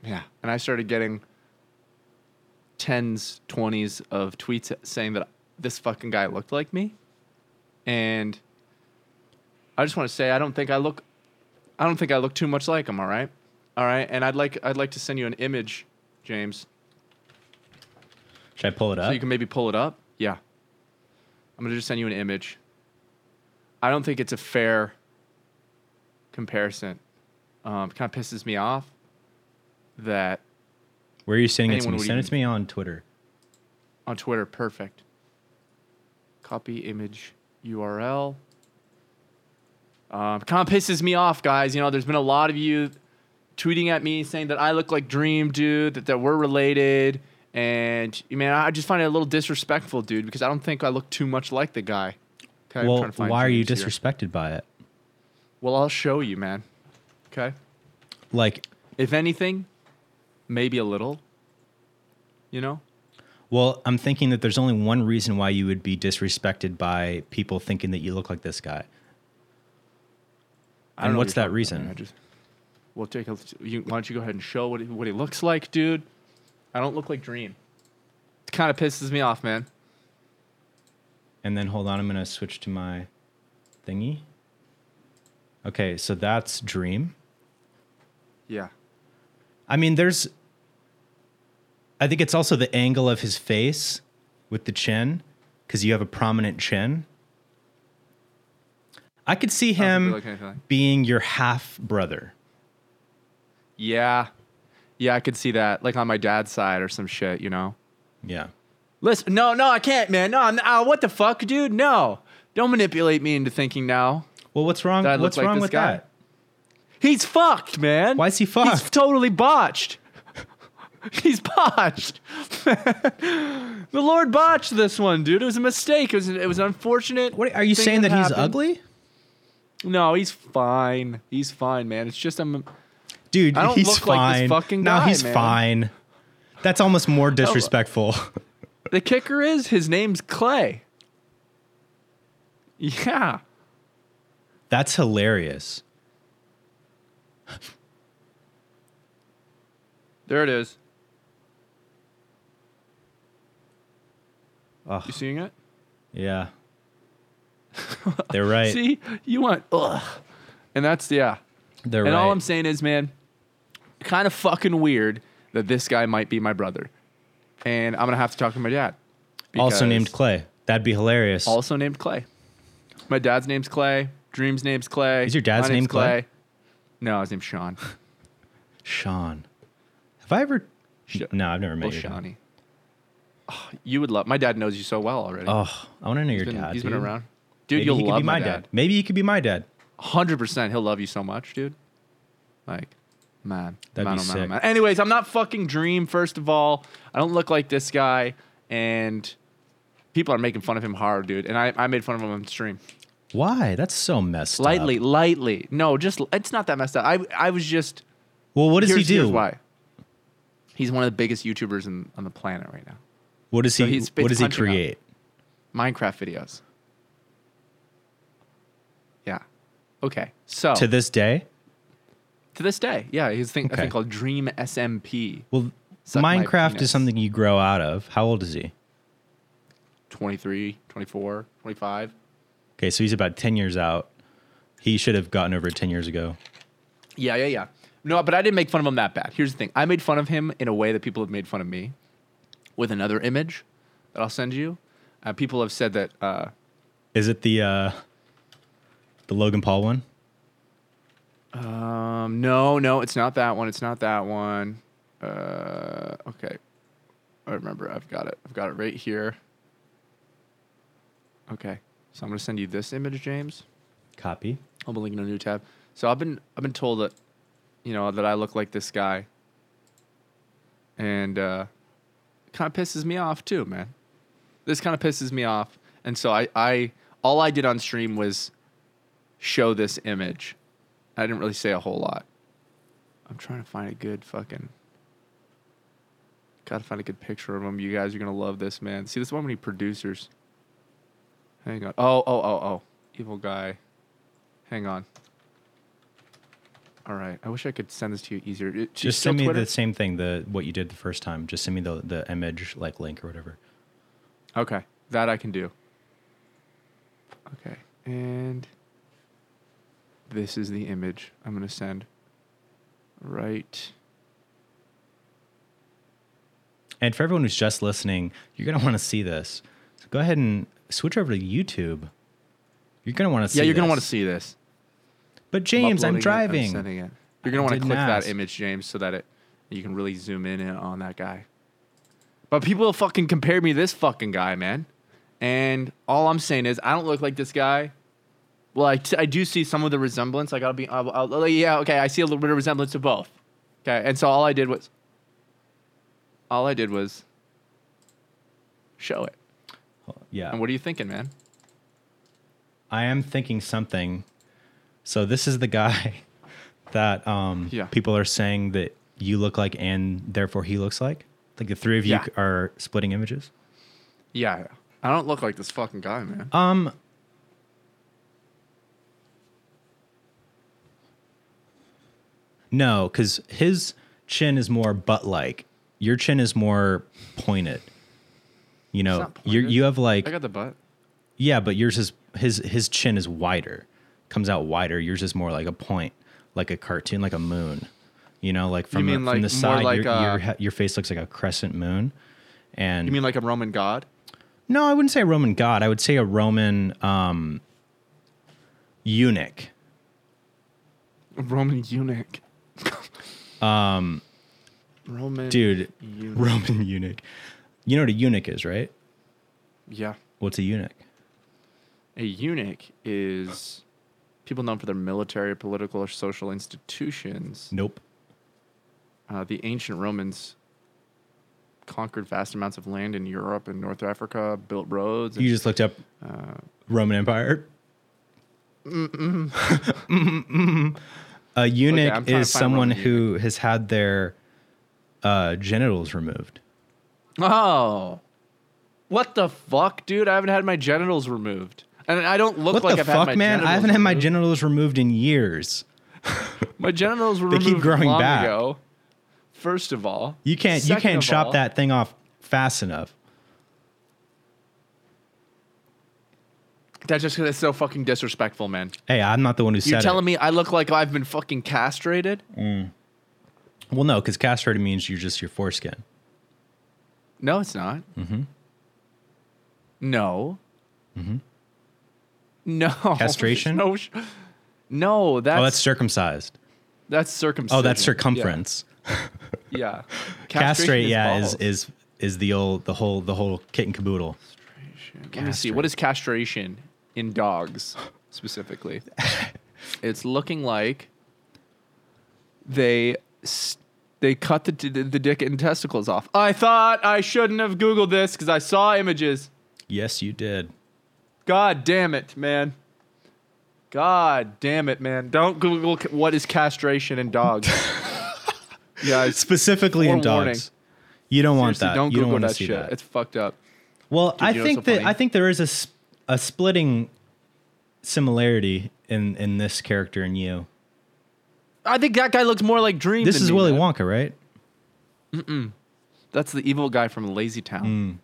Speaker 2: Yeah. And I started getting tens, twenties of tweets saying that this fucking guy looked like me. And I just want to say I don't think I look I don't think I look too much like him, all right? All right. And I'd like I'd like to send you an image, James.
Speaker 1: Should I pull it up?
Speaker 2: So you can maybe pull it up. Yeah. I'm gonna just send you an image. I don't think it's a fair comparison. Um, kind of pisses me off that
Speaker 1: Where are you sending it to
Speaker 2: Anyone
Speaker 1: me?
Speaker 2: would
Speaker 1: Send it
Speaker 2: even-
Speaker 1: to me on Twitter.
Speaker 2: on Twitter. Perfect. Copy image URL. Um, kind of pisses me off, guys. You know, there's been a lot of you tweeting at me saying that I look like Dream, dude, that, that we're related. And, you man, I just find it a little disrespectful, dude, because I don't think I look too much like the guy. Okay, I'm
Speaker 1: well,
Speaker 2: trying to find
Speaker 1: why are you
Speaker 2: James here.
Speaker 1: disrespected by it?
Speaker 2: Well, I'll show you, man. Okay.
Speaker 1: Like,
Speaker 2: If anything, maybe a little. You know?
Speaker 1: Well, I'm thinking that there's only one reason why you would be disrespected by people thinking that you look like this guy.
Speaker 2: I don't
Speaker 1: And
Speaker 2: know what
Speaker 1: what's
Speaker 2: you're talking
Speaker 1: that
Speaker 2: about,
Speaker 1: reason?
Speaker 2: man. I just, well, Jake, let's- you, why don't you go ahead and show what he, what he looks like, dude? I don't look like Dream. It kind of pisses me off, man.
Speaker 1: And then hold on, I'm gonna switch to my thingy. Okay, so that's Dream.
Speaker 2: Yeah.
Speaker 1: I mean, there's. I think it's also the angle of his face with the chin, because you have a prominent chin. I could see
Speaker 2: I don't think we
Speaker 1: him
Speaker 2: look anything like-
Speaker 1: being your half brother.
Speaker 2: Yeah. Yeah, I could see that. Like on my dad's side or some shit, you know?
Speaker 1: Yeah.
Speaker 2: Listen, no, no, I can't, man. No, I'm, uh, what the fuck, dude? No. Don't manipulate me into thinking now.
Speaker 1: Well, what's wrong?
Speaker 2: That I look
Speaker 1: What's
Speaker 2: like
Speaker 1: wrong
Speaker 2: this
Speaker 1: with
Speaker 2: guy.
Speaker 1: that?
Speaker 2: He's fucked, man.
Speaker 1: Why is he
Speaker 2: He's
Speaker 1: fucked?
Speaker 2: totally botched. He's botched. the Lord botched this one, dude. It was a mistake. It was it was unfortunate.
Speaker 1: What are you
Speaker 2: thing
Speaker 1: saying that he's
Speaker 2: happened.
Speaker 1: ugly,
Speaker 2: No, he's fine. He's fine, man. It's just I'm
Speaker 1: dude?
Speaker 2: I don't
Speaker 1: he's
Speaker 2: look
Speaker 1: fine.
Speaker 2: like this fucking
Speaker 1: no,
Speaker 2: guy,
Speaker 1: he's
Speaker 2: man.
Speaker 1: fine. That's almost more disrespectful.
Speaker 2: the kicker is his name's Clay. Yeah.
Speaker 1: That's hilarious.
Speaker 2: There it is.
Speaker 1: Ugh.
Speaker 2: You seeing it?
Speaker 1: Yeah. They're right.
Speaker 2: See? You want ugh. And that's yeah.
Speaker 1: They're
Speaker 2: And
Speaker 1: right.
Speaker 2: all I'm saying is, man, kind of fucking weird that this guy might be my brother. And I'm gonna have to talk to my dad.
Speaker 1: also
Speaker 2: because-
Speaker 1: named Clay. That'd be hilarious.
Speaker 2: Also named Clay. My dad's name's Clay. Dream's name's Clay.
Speaker 1: Is your dad's
Speaker 2: My name's
Speaker 1: name Clay?
Speaker 2: No, his name's Sean.
Speaker 1: Sean. Have I ever?
Speaker 2: Sh-
Speaker 1: no, I've never met
Speaker 2: Oh,
Speaker 1: your dad.
Speaker 2: Shawnee. Oh, you would love. My dad knows you so well already.
Speaker 1: Oh, I want to know your
Speaker 2: He's been-
Speaker 1: dad.
Speaker 2: he's
Speaker 1: dude.
Speaker 2: been around. Dude,
Speaker 1: Maybe
Speaker 2: you'll
Speaker 1: he could
Speaker 2: love
Speaker 1: be
Speaker 2: my
Speaker 1: my
Speaker 2: dad.
Speaker 1: Maybe you could be my dad.
Speaker 2: Hundred percent, he'll love you so much, dude. Like, man,
Speaker 1: That'd
Speaker 2: man,
Speaker 1: be
Speaker 2: oh, man, oh,
Speaker 1: sick.
Speaker 2: man. Anyways, I'm not fucking Dream. First of all, I don't look like this guy, and people are making fun of him hard, dude. And I, I made fun of him on stream
Speaker 1: Why? That's so messed
Speaker 2: lightly,
Speaker 1: up.
Speaker 2: lightly. No, just it's not that messed up. I, I was just.
Speaker 1: Well, what does
Speaker 2: here's,
Speaker 1: he do?
Speaker 2: Here's why. He's one of the biggest YouTubers in, on the planet right now.
Speaker 1: What does he?
Speaker 2: he's-
Speaker 1: what
Speaker 2: it's
Speaker 1: does he
Speaker 2: punching up.
Speaker 1: create?
Speaker 2: Minecraft videos. Yeah. Okay. So
Speaker 1: To this day?
Speaker 2: to this day, yeah, he's a thing, a
Speaker 1: Okay.
Speaker 2: thing called Dream SMP.
Speaker 1: Well,
Speaker 2: Suck my
Speaker 1: Minecraft
Speaker 2: penis.
Speaker 1: is something you grow out of. How old is he?
Speaker 2: 23, 24, 25.
Speaker 1: Okay, so he's about ten years out. He should have gotten over it ten years ago.
Speaker 2: Yeah, yeah, yeah. No, but I didn't make fun of him that bad. Here's the thing I made fun of him in a way that people have made fun of me with another image that I'll send you. Uh, people have said that, uh,
Speaker 1: Is it the uh, the Logan Paul one?
Speaker 2: um, no, no, it's not that one. It's not that one. Uh, okay. I remember. I've got it. I've got it right here. Okay. So I'm going to send you this image, James.
Speaker 1: Copy.
Speaker 2: I'll be linking a new tab. So I've been I've been told that you know that I look like this guy, and uh, kind of pisses me off too, man. This kind of pisses me off, and so I I all I did on stream was show this image. I didn't really say a whole lot. I'm trying to find a good fucking. Gotta find a good picture of him. You guys are gonna love this, man. See, this is why we need producers. Hang on. Oh, oh, oh, oh. Evil guy. Hang on. All right. I wish I could send this to you easier. It- she's
Speaker 1: Just
Speaker 2: still
Speaker 1: send me
Speaker 2: Twitter?
Speaker 1: the same thing, the what you did the first time. Just send me the the image like link or whatever.
Speaker 2: Okay, that I can do. Okay, and this is the image I'm going to send right
Speaker 1: And for everyone who's just listening, you're gonna want to see this. So go ahead and switch over to YouTube. You're gonna want to see.
Speaker 2: yeah, you're gonna
Speaker 1: this.
Speaker 2: want to see this.
Speaker 1: But James, I'm
Speaker 2: uploading it,
Speaker 1: driving.
Speaker 2: sending it. You're gonna want to
Speaker 1: didn't
Speaker 2: click that
Speaker 1: ask.
Speaker 2: image, James, so that it you can really zoom in and- on that guy. But people fucking compared me to this fucking guy, man. And all I'm saying is, I don't look like this guy. Well, I, t- I do see some of the resemblance. I gotta be, I'll, I'll- like, yeah, okay, I see a little bit of resemblance to both. Okay, and so all I did was, all I did was show it.
Speaker 1: yeah,
Speaker 2: And what are you thinking, man?
Speaker 1: I am thinking something. So this is the guy that um,
Speaker 2: Yeah.
Speaker 1: people are saying that you look like, and therefore he looks like. Like the three of you
Speaker 2: Yeah.
Speaker 1: are splitting images.
Speaker 2: Yeah, yeah. I don't look like this fucking guy, man.
Speaker 1: Um. No, because his chin is more butt like. Your chin is more pointed. You know,
Speaker 2: not
Speaker 1: you
Speaker 2: pointed.
Speaker 1: you have like
Speaker 2: I got the butt.
Speaker 1: yeah, but yours is his his chin is wider, comes out wider. Yours is more like a point, like a cartoon, like a moon. You know, like from,
Speaker 2: mean
Speaker 1: from
Speaker 2: like
Speaker 1: the
Speaker 2: more
Speaker 1: side,
Speaker 2: like
Speaker 1: your,
Speaker 2: a-
Speaker 1: your he- your face looks like a crescent moon. And
Speaker 2: You mean like a Roman god?
Speaker 1: no, I wouldn't say a Roman god. I would say a Roman um, eunuch.
Speaker 2: A Roman eunuch. um, Roman
Speaker 1: Dude,
Speaker 2: eunuch.
Speaker 1: Roman eunuch. You know what a eunuch is, right?
Speaker 2: Yeah,
Speaker 1: What's a eunuch?
Speaker 2: a eunuch is people known for their military, political, or social institutions.
Speaker 1: Nope.
Speaker 2: Uh, the ancient Romans conquered vast amounts of land in Europe and North Africa, built roads. and-
Speaker 1: You just looked up uh, Roman Empire. a eunuch
Speaker 2: I'm trying to
Speaker 1: is
Speaker 2: find
Speaker 1: someone
Speaker 2: Roman
Speaker 1: who has had their uh, genitals removed.
Speaker 2: Oh. What the fuck, dude? I haven't had my genitals removed. And I don't look
Speaker 1: What
Speaker 2: like
Speaker 1: the
Speaker 2: I've had my
Speaker 1: fuck, man?
Speaker 2: genitals
Speaker 1: I haven't had my
Speaker 2: removed.
Speaker 1: genitals removed in years.
Speaker 2: My genitals were
Speaker 1: They keep
Speaker 2: removed
Speaker 1: growing
Speaker 2: long
Speaker 1: back.
Speaker 2: ago. First of all,
Speaker 1: You can't you
Speaker 2: Second
Speaker 1: can't
Speaker 2: of
Speaker 1: chop
Speaker 2: all-
Speaker 1: that thing off fast enough.
Speaker 2: That's just because it's so fucking disrespectful, man.
Speaker 1: Hey, I'm not the one who
Speaker 2: You're
Speaker 1: said
Speaker 2: telling
Speaker 1: it.
Speaker 2: me I look like I've been fucking castrated?
Speaker 1: well, no, because castrated means you're just your foreskin.
Speaker 2: No, it's not. Mm-hmm. No. Mm-hmm. No.
Speaker 1: Castration?
Speaker 2: No. sh- No, that's
Speaker 1: oh, that's
Speaker 2: that's,
Speaker 1: circumcised.
Speaker 2: circumcision.
Speaker 1: Oh, that's
Speaker 2: Yeah.
Speaker 1: circumference.
Speaker 2: Yeah. Castration
Speaker 1: Castrate, yeah,
Speaker 2: balls.
Speaker 1: is, is is the old the whole the whole kit and caboodle.
Speaker 2: Let me see. What is castration in dogs specifically? it's looking like they s- they cut the, the the dick and testicles off. I thought I shouldn't have googled this because I saw images.
Speaker 1: Yes, you did.
Speaker 2: God damn it, man. God damn it, man. Don't Google ca- what is castration in dogs. Guys,
Speaker 1: Specifically in dogs.
Speaker 2: Forewarning.
Speaker 1: You don't want
Speaker 2: seriously,
Speaker 1: that.
Speaker 2: don't
Speaker 1: you
Speaker 2: Google
Speaker 1: don't want to
Speaker 2: that
Speaker 1: see
Speaker 2: shit.
Speaker 1: that.
Speaker 2: It's fucked up.
Speaker 1: well, I
Speaker 2: you know
Speaker 1: think
Speaker 2: what's so
Speaker 1: that
Speaker 2: funny?
Speaker 1: I think there is a s- a splitting similarity in in this character and you.
Speaker 2: I think that guy looks more like Dream.
Speaker 1: This
Speaker 2: than
Speaker 1: is
Speaker 2: me,
Speaker 1: Willy
Speaker 2: man.
Speaker 1: Wonka, right?
Speaker 2: That's the evil guy from Lazy Town.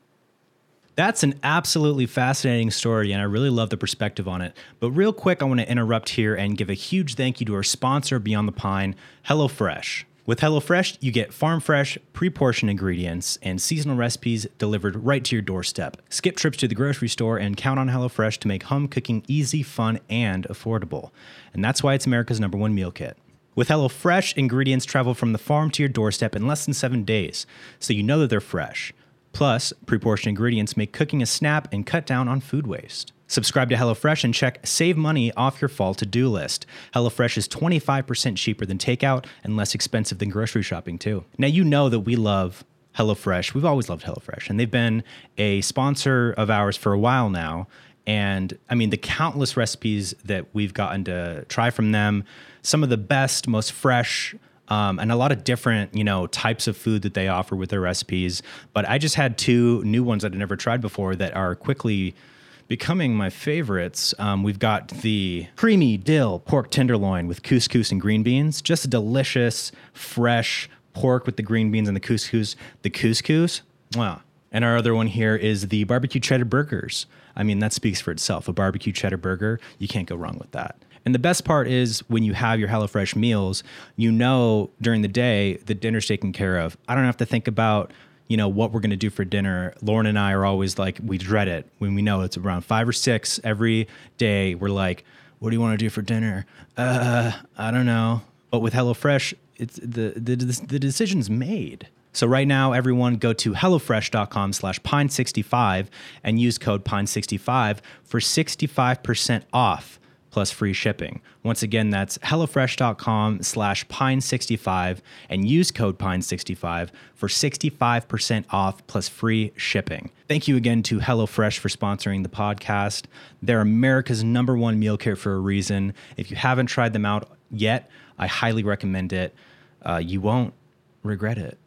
Speaker 1: That's an absolutely fascinating story, and I really love the perspective on it. But real quick, I want to interrupt here and give a huge thank you to our sponsor, Beyond the Pine, HelloFresh. With HelloFresh, you get farm fresh, pre portioned ingredients and seasonal recipes delivered right to your doorstep. Skip trips to the grocery store and count on HelloFresh to make home cooking easy, fun, and affordable. And that's why it's America's number one meal kit. With HelloFresh, ingredients travel from the farm to your doorstep in less than seven days, so you know that they're fresh. Plus, pre-portioned ingredients make cooking a snap and cut down on food waste. Subscribe to HelloFresh and check save money off your fall to-do list. HelloFresh is 25% cheaper than takeout and less expensive than grocery shopping too. Now you know that we love HelloFresh. We've always loved HelloFresh, and they've been a sponsor of ours for a while now. And I mean, the countless recipes that we've gotten to try from them, some of the best, most fresh, um, and a lot of different, you know, types of food that they offer with their recipes. But I just had two new ones that I'd never tried before that are quickly becoming my favorites. Um, we've got the creamy dill pork tenderloin with couscous and green beans. Just a delicious, fresh pork with the green beans and the couscous. The couscous, wow. And our other one here is the barbecue cheddar burgers. I mean, that speaks for itself. A barbecue cheddar burger, you can't go wrong with that. And the best part is when you have your HelloFresh meals, you know during the day the dinner's taken care of. I don't have to think about you know what we're going to do for dinner lauren and i are always like we dread it when we know it's around five or six every day we're like what do you want to do for dinner uh i don't know but with HelloFresh, it's the, the the decision's made so right now everyone go to hellofresh.com slash pine65 and use code pine65 for 65% off plus free shipping. Once again, that's HelloFresh.com slash Pine65 and use code Pine65 for 65% off plus free shipping. Thank you again to HelloFresh for sponsoring the podcast. They're America's number one meal kit for a reason. If you haven't tried them out yet, I highly recommend it. Uh, you won't regret it.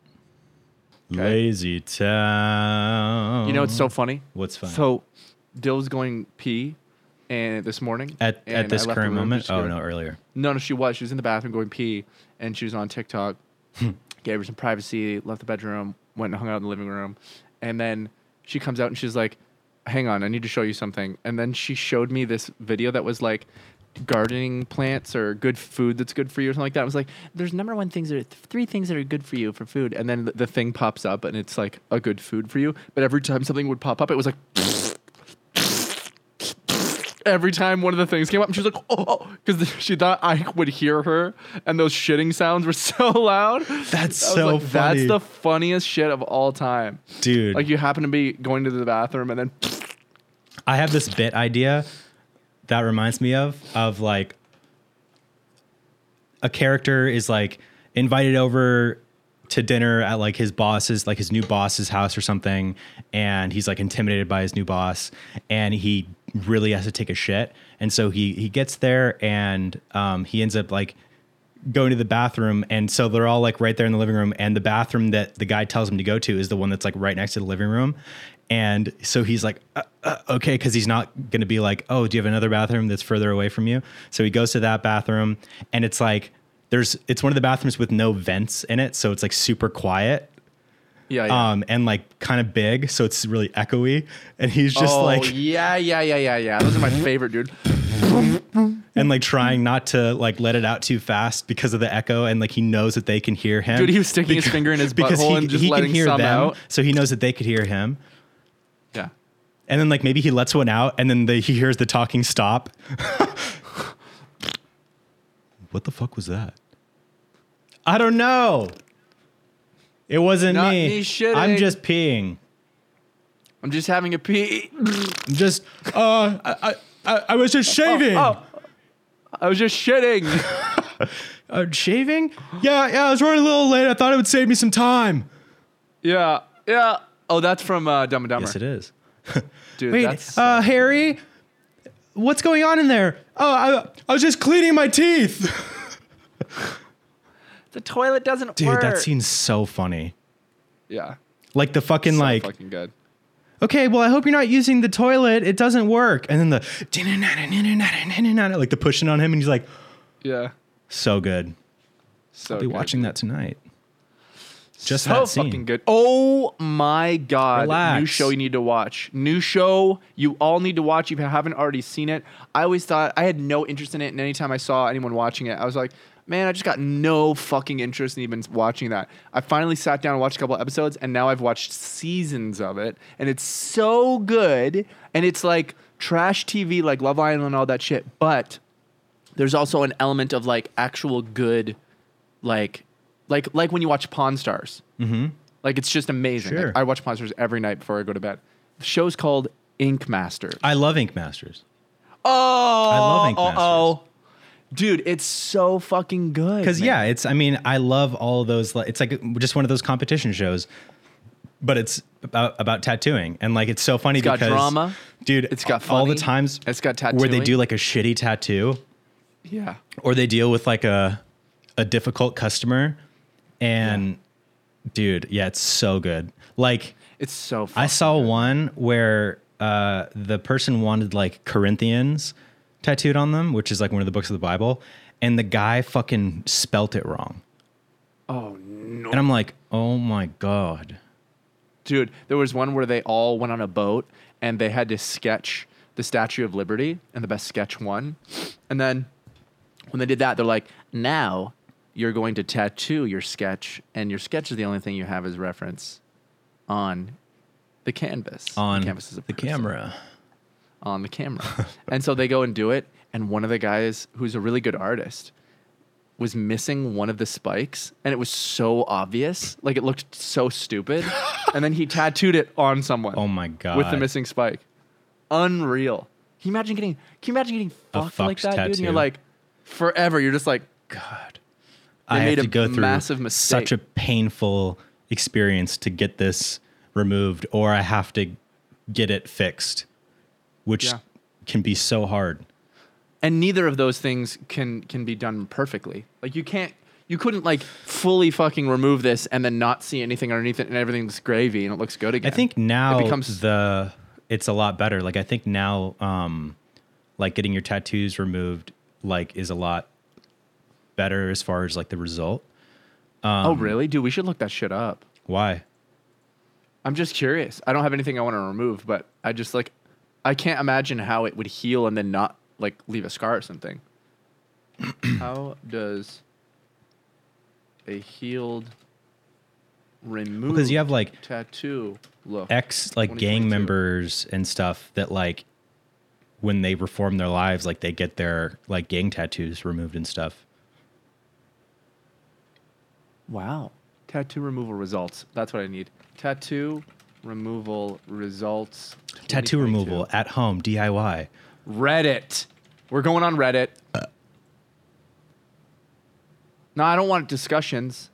Speaker 1: Lazy town.
Speaker 2: You know it's so funny?
Speaker 1: Um, What's funny?
Speaker 2: So Dill's going pee and this morning.
Speaker 1: at
Speaker 2: and I
Speaker 1: at this
Speaker 2: left the
Speaker 1: current
Speaker 2: room
Speaker 1: moment?
Speaker 2: just
Speaker 1: Oh
Speaker 2: go-
Speaker 1: no, earlier.
Speaker 2: No, no, she was. She was in the bathroom going pee, and she was on TikTok. gave her some privacy. Left the bedroom, went and hung out in the living room, and then she comes out and she's like, "Hang on, I need to show you something." And then she showed me this video that was like gardening plants or good food that's good for you or something like that. I was like, "There's number one things that are three things that are good for you for food," and then the, the thing pops up and it's like a good food for you. But every time something would pop up, it was like every time one of the things came up, and she was like, "Oh," because she thought I would hear her, and those shitting sounds were so loud. I was
Speaker 1: That's so
Speaker 2: like,
Speaker 1: funny,
Speaker 2: That's the funniest shit of all time.
Speaker 1: dude.
Speaker 2: Like you happen to be going to the bathroom, and then
Speaker 1: I have this bit idea that reminds me of of like a character is like invited over to dinner at like his boss's like his new boss's house or something and he's like intimidated by his new boss and he really has to take a shit and so he he gets there and um he ends up like going to the bathroom and so they're all like right there in the living room and the bathroom that the guy tells him to go to is the one that's like right next to the living room and so he's like uh, uh, okay because he's not going to be like oh do you have another bathroom that's further away from you so he goes to that bathroom and it's like there's it's one of the bathrooms with no vents in it so it's like super quiet
Speaker 2: yeah, yeah.
Speaker 1: um and like kind of big so it's really echoey and he's just
Speaker 2: oh,
Speaker 1: like
Speaker 2: yeah, yeah, yeah, yeah, yeah. Those are my favorite, dude.
Speaker 1: and like trying not to like let it out too fast because of the echo and like he knows that they can hear him
Speaker 2: Dude, he was sticking his finger in his
Speaker 1: because
Speaker 2: butthole
Speaker 1: he,
Speaker 2: and just
Speaker 1: he
Speaker 2: letting
Speaker 1: can hear
Speaker 2: some
Speaker 1: them,
Speaker 2: out.
Speaker 1: so he knows that they could hear him.
Speaker 2: Yeah.
Speaker 1: And then like maybe he lets one out, and then the, he hears the talking stop. what the fuck was that? I don't know. It wasn't
Speaker 2: Not
Speaker 1: me.
Speaker 2: me shitting.
Speaker 1: I'm just peeing.
Speaker 2: I'm just having a pee.
Speaker 1: I'm just uh, I, I I I was just shaving.
Speaker 2: Oh, I was just shitting.
Speaker 1: Uh, shaving? Yeah, yeah. I was running a little late. I thought it would save me some time.
Speaker 2: yeah, yeah. Oh, that's from uh, Dumb and Dumber.
Speaker 1: Yes, it is.
Speaker 2: Dude,
Speaker 1: Wait,
Speaker 2: that's
Speaker 1: uh, Harry, what's going on in there? Oh, I, I was just cleaning my teeth.
Speaker 2: the toilet doesn't
Speaker 1: Dude,
Speaker 2: work.
Speaker 1: that scene's so funny.
Speaker 2: yeah,
Speaker 1: Like the fucking
Speaker 2: so
Speaker 1: like,
Speaker 2: fucking good.
Speaker 1: okay, well, I hope you're not using the toilet. It doesn't work. And then the like the pushing on him, and he's like,
Speaker 2: Yeah.
Speaker 1: so good.
Speaker 2: So
Speaker 1: I'll be
Speaker 2: good.
Speaker 1: watching that tonight. Just
Speaker 2: so
Speaker 1: that scene.
Speaker 2: fucking good. Oh my god! New
Speaker 1: Relax.
Speaker 2: show you need to watch. New show you all need to watch if you haven't already seen it. I always thought I had no interest in it, and anytime I saw anyone watching it, I was like, man, I just got no fucking interest in even watching that. I finally sat down and watched a couple episodes, and now I've watched seasons of it, and it's so good, and it's like trash TV, like Love Island and all that shit, but there's also an element of like actual good like like like when you watch pawn stars mm-hmm. like it's just amazing Like,
Speaker 1: Sure.
Speaker 2: i watch pawn stars every night before i go to bed the show's called ink master
Speaker 1: I love Ink Masters
Speaker 2: oh i
Speaker 1: love Ink
Speaker 2: oh dude it's so fucking good
Speaker 1: because
Speaker 2: man.
Speaker 1: yeah, it's. I mean, I love all of those. like, It's like just one of those competition shows, but it's about, about tattooing and like it's so funny
Speaker 2: got
Speaker 1: because
Speaker 2: drama.
Speaker 1: dude.
Speaker 2: It's got
Speaker 1: all the
Speaker 2: funny.
Speaker 1: times
Speaker 2: It's got
Speaker 1: where they
Speaker 2: tattooing.
Speaker 1: do like a shitty tattoo
Speaker 2: yeah
Speaker 1: or they deal with like a a difficult customer and dude yeah it's so good like
Speaker 2: it's so fun.
Speaker 1: i saw one where uh the person wanted like corinthians tattooed on them which is like one of the books of the bible and the guy fucking spelt it wrong
Speaker 2: oh no
Speaker 1: and i'm like oh my god
Speaker 2: Dude, there was one where they all went on a boat and they had to sketch the Statue of Liberty, and the best sketch won. And then when they did that, they're like, now you're going to tattoo your sketch, and your sketch is the only thing you have as reference on the canvas.
Speaker 1: on
Speaker 2: the canvas is a
Speaker 1: the
Speaker 2: person
Speaker 1: camera
Speaker 2: on the camera. and so they go and do it. And one of the guys who's a really good artist was missing one of the spikes. And it was so obvious. Like it looked so stupid. and then he tattooed it on someone.
Speaker 1: oh my god
Speaker 2: With the missing spike. Unreal. Can you imagine getting, can you imagine getting
Speaker 1: A
Speaker 2: fucked like
Speaker 1: fucked
Speaker 2: that, dude? And you're
Speaker 1: tattoo.
Speaker 2: like, forever. You're just like,
Speaker 1: God.
Speaker 2: They
Speaker 1: I
Speaker 2: made
Speaker 1: have
Speaker 2: a
Speaker 1: to go through
Speaker 2: massive mistake.
Speaker 1: such a painful experience to get this removed, or I have to get it fixed, which
Speaker 2: Yeah.
Speaker 1: can be so hard.
Speaker 2: and neither of those things can can be done perfectly. Like you can't you couldn't like fully fucking remove this and then not see anything underneath it, and everything's gravy and it looks good
Speaker 1: I
Speaker 2: again.
Speaker 1: think now
Speaker 2: It becomes-
Speaker 1: the it's a lot better. Like I think now, um, like getting your tattoos removed, like is a lot better as far as like the result.
Speaker 2: oh really, dude? We should look that shit up.
Speaker 1: Why?
Speaker 2: I'm just curious. I don't have anything I want to remove, but I just like I can't imagine how it would heal and then not like leave a scar or something. how does a healed removed
Speaker 1: Because you have like
Speaker 2: tattoo look?
Speaker 1: ex like gang
Speaker 2: 2022.
Speaker 1: members and stuff that like when they reform their lives, like they get their like gang tattoos removed and stuff.
Speaker 2: wow. Tattoo removal results. That's what I need. Tattoo removal results.
Speaker 1: Tattoo
Speaker 2: 2022.
Speaker 1: removal at home DIY.
Speaker 2: Reddit. We're going on Reddit. No, I don't want discussions.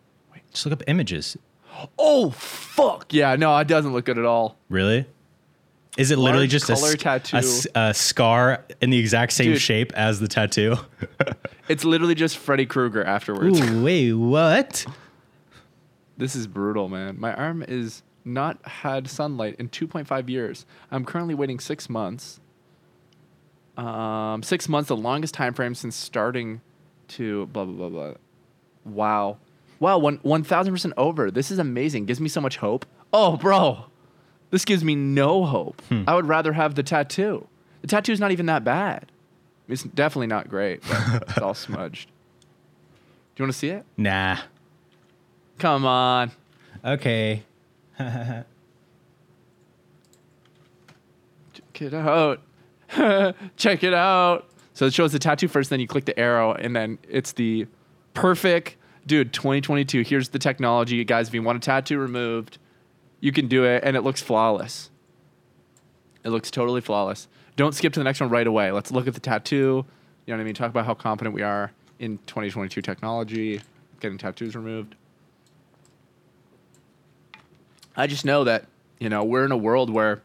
Speaker 1: Just look up images.
Speaker 2: Oh fuck! Yeah, no, it doesn't look good at all.
Speaker 1: Really? Is it literally
Speaker 2: Large
Speaker 1: just a,
Speaker 2: color
Speaker 1: sc- a
Speaker 2: tattoo.
Speaker 1: s- a scar in the exact same
Speaker 2: Dude.
Speaker 1: shape as the tattoo?
Speaker 2: It's literally just Freddy Krueger afterwards.
Speaker 1: Ooh, wait, what?
Speaker 2: This is brutal, man. My arm is not had sunlight in 2.5 years. I'm currently waiting six months. Um, six months, the longest time frame since starting to blah blah blah blah. Wow, wow, one one thousand percent over. This is amazing. Gives me so much hope. Oh, bro, this gives me no hope. I would rather have the tattoo. The tattoo's not even that bad. It's definitely not great. But it's all smudged. Do you want to see it?
Speaker 1: Nah.
Speaker 2: Come on.
Speaker 1: Okay.
Speaker 2: check it out. check it out. So it shows the tattoo first, then you click the arrow, and then it's the perfect dude. 2022. Here's the technology, guys. If you want a tattoo removed, you can do it, and it looks flawless. It looks totally flawless. Don't skip to the next one right away. Let's look at the tattoo. You know what I mean? Talk about how confident we are in 2022 technology, getting tattoos removed. I just know that, you know, we're in a world where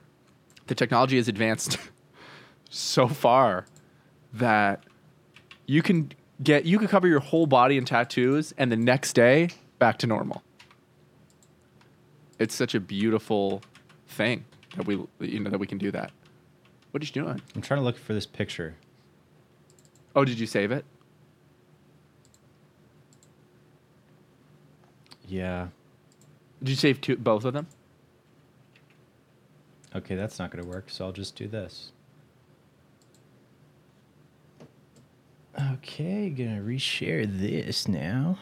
Speaker 2: the technology has advanced so far that you can get you could cover your whole body in tattoos and the next day back to normal. It's such a beautiful thing that we you know that we can do that. What are you doing?
Speaker 1: I'm trying to look for this picture.
Speaker 2: Oh, did you save it?
Speaker 1: Yeah.
Speaker 2: Did you save two, both of them?
Speaker 1: Okay, that's not going to work, so I'll just do this. Okay, gonna reshare this now.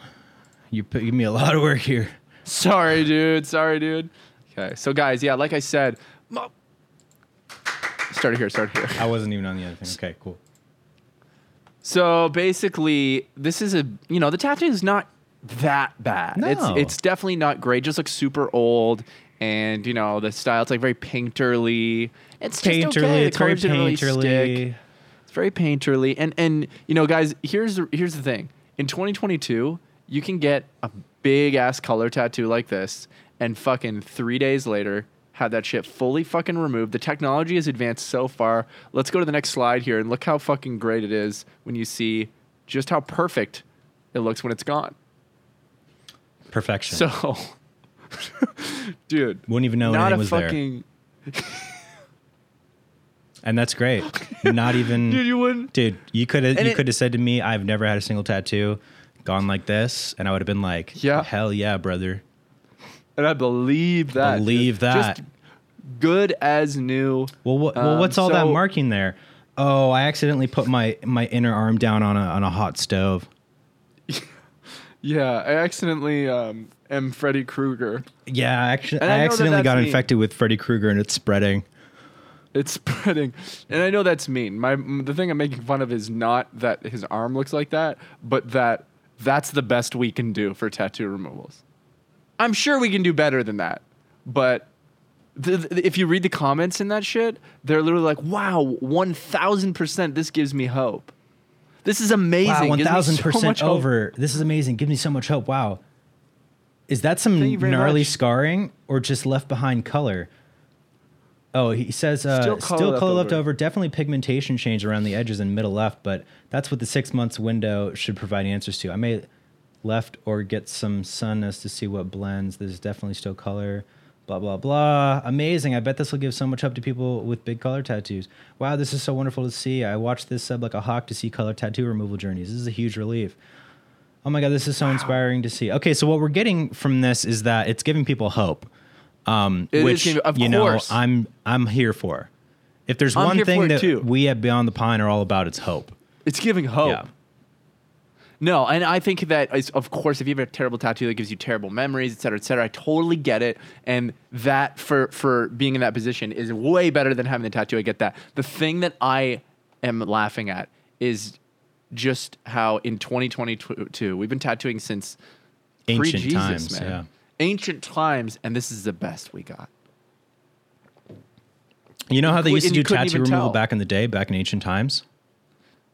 Speaker 1: You put give me a lot of work here.
Speaker 2: Sorry, dude. Sorry, dude. Okay. So guys, yeah, like I said, mo- start here, start here.
Speaker 1: I wasn't even on the other thing. Okay, cool.
Speaker 2: So basically, this is a you know the tattoo is not that bad. It's
Speaker 1: No.
Speaker 2: it's definitely not great. Just looks super old, and you know the style. It's like very painterly. It's just okay. The
Speaker 1: it's very
Speaker 2: colors didn't really stick.
Speaker 1: painterly.
Speaker 2: It's very painterly. And and you know, guys, here's the, here's the thing. In 2022, you can get a big ass color tattoo like this, and fucking three days later, have that shit fully fucking removed. The technology has advanced so far. Let's go to the next slide here and look how fucking great it is when you see just how perfect it looks when it's gone.
Speaker 1: Perfection.
Speaker 2: So, dude,
Speaker 1: Wouldn't even know
Speaker 2: not
Speaker 1: anything
Speaker 2: a
Speaker 1: was there.
Speaker 2: fucking
Speaker 1: And that's great. Not even
Speaker 2: dude. You wouldn't.
Speaker 1: Dude, you could have
Speaker 2: And
Speaker 1: you
Speaker 2: it-
Speaker 1: could have said to me, "I've never had a single tattoo, gone like this," and I would have been like,
Speaker 2: Yeah.
Speaker 1: hell yeah, brother,
Speaker 2: And I believe that. dude.
Speaker 1: believe that."
Speaker 2: Just good as new.
Speaker 1: well, what, well,
Speaker 2: um,
Speaker 1: what's all that
Speaker 2: so-
Speaker 1: marking there? Oh, I accidentally put my my inner arm down on a on a hot stove.
Speaker 2: Yeah, I accidentally um, am Freddy Krueger.
Speaker 1: Yeah, I actually,
Speaker 2: And I
Speaker 1: I,
Speaker 2: know that
Speaker 1: accidentally
Speaker 2: that's
Speaker 1: got
Speaker 2: me.
Speaker 1: infected with Freddy Krueger, and it's spreading.
Speaker 2: It's spreading, and I know that's mean. My m- the thing I'm making fun of is not that his arm looks like that, but that that's the best we can do for tattoo removals. I'm sure we can do better than that, but the, the- if you read the comments in that shit, they're literally like, "Wow, one thousand percent, this gives me hope. This is amazing.
Speaker 1: Wow,
Speaker 2: Gives
Speaker 1: one
Speaker 2: me
Speaker 1: thousand
Speaker 2: so much
Speaker 1: percent
Speaker 2: hope."
Speaker 1: over. This is amazing. Gives me so much hope. Wow, is that some
Speaker 2: Thank you very
Speaker 1: gnarly
Speaker 2: much.
Speaker 1: scarring or just left behind color? Oh, he says uh, still
Speaker 2: Still
Speaker 1: color,
Speaker 2: color
Speaker 1: left,
Speaker 2: left
Speaker 1: over.
Speaker 2: over.
Speaker 1: Definitely pigmentation change around the edges and middle left, but that's what the six months window should provide answers to. I may, left or get some sun as to see what blends. There's definitely still color. Blah blah blah. Amazing. I bet this will give so much hope to people with big color tattoos. Wow, this is so wonderful to see. I watched this sub like a hawk to see color tattoo removal journeys. This is a huge relief. Oh my god, this is so inspiring to see. Okay, so what we're getting from this is that it's giving people hope. Um
Speaker 2: It is
Speaker 1: which
Speaker 2: giving- of
Speaker 1: you
Speaker 2: course.
Speaker 1: know, I'm I'm here for. If there's
Speaker 2: I'm
Speaker 1: one
Speaker 2: here for
Speaker 1: thing
Speaker 2: it
Speaker 1: that
Speaker 2: too.
Speaker 1: we at Beyond the Pine are all about, it's hope.
Speaker 2: It's giving hope.
Speaker 1: Yeah.
Speaker 2: No, and I think that is, of course, if you have a terrible tattoo that gives you terrible memories, et cetera, et cetera, I totally get it. And that for for being in that position is way better than having the tattoo. I get that. The thing that I am laughing at is just how in 2022 we've been tattooing since
Speaker 1: Ancient
Speaker 2: pre-Jesus,
Speaker 1: times.
Speaker 2: man.
Speaker 1: Yeah.
Speaker 2: Ancient times, and this is the best we got.
Speaker 1: You know how they
Speaker 2: cou-
Speaker 1: used to
Speaker 2: and you
Speaker 1: do
Speaker 2: couldn't
Speaker 1: tattoo
Speaker 2: even
Speaker 1: removal
Speaker 2: tell.
Speaker 1: back in the day, back in ancient times?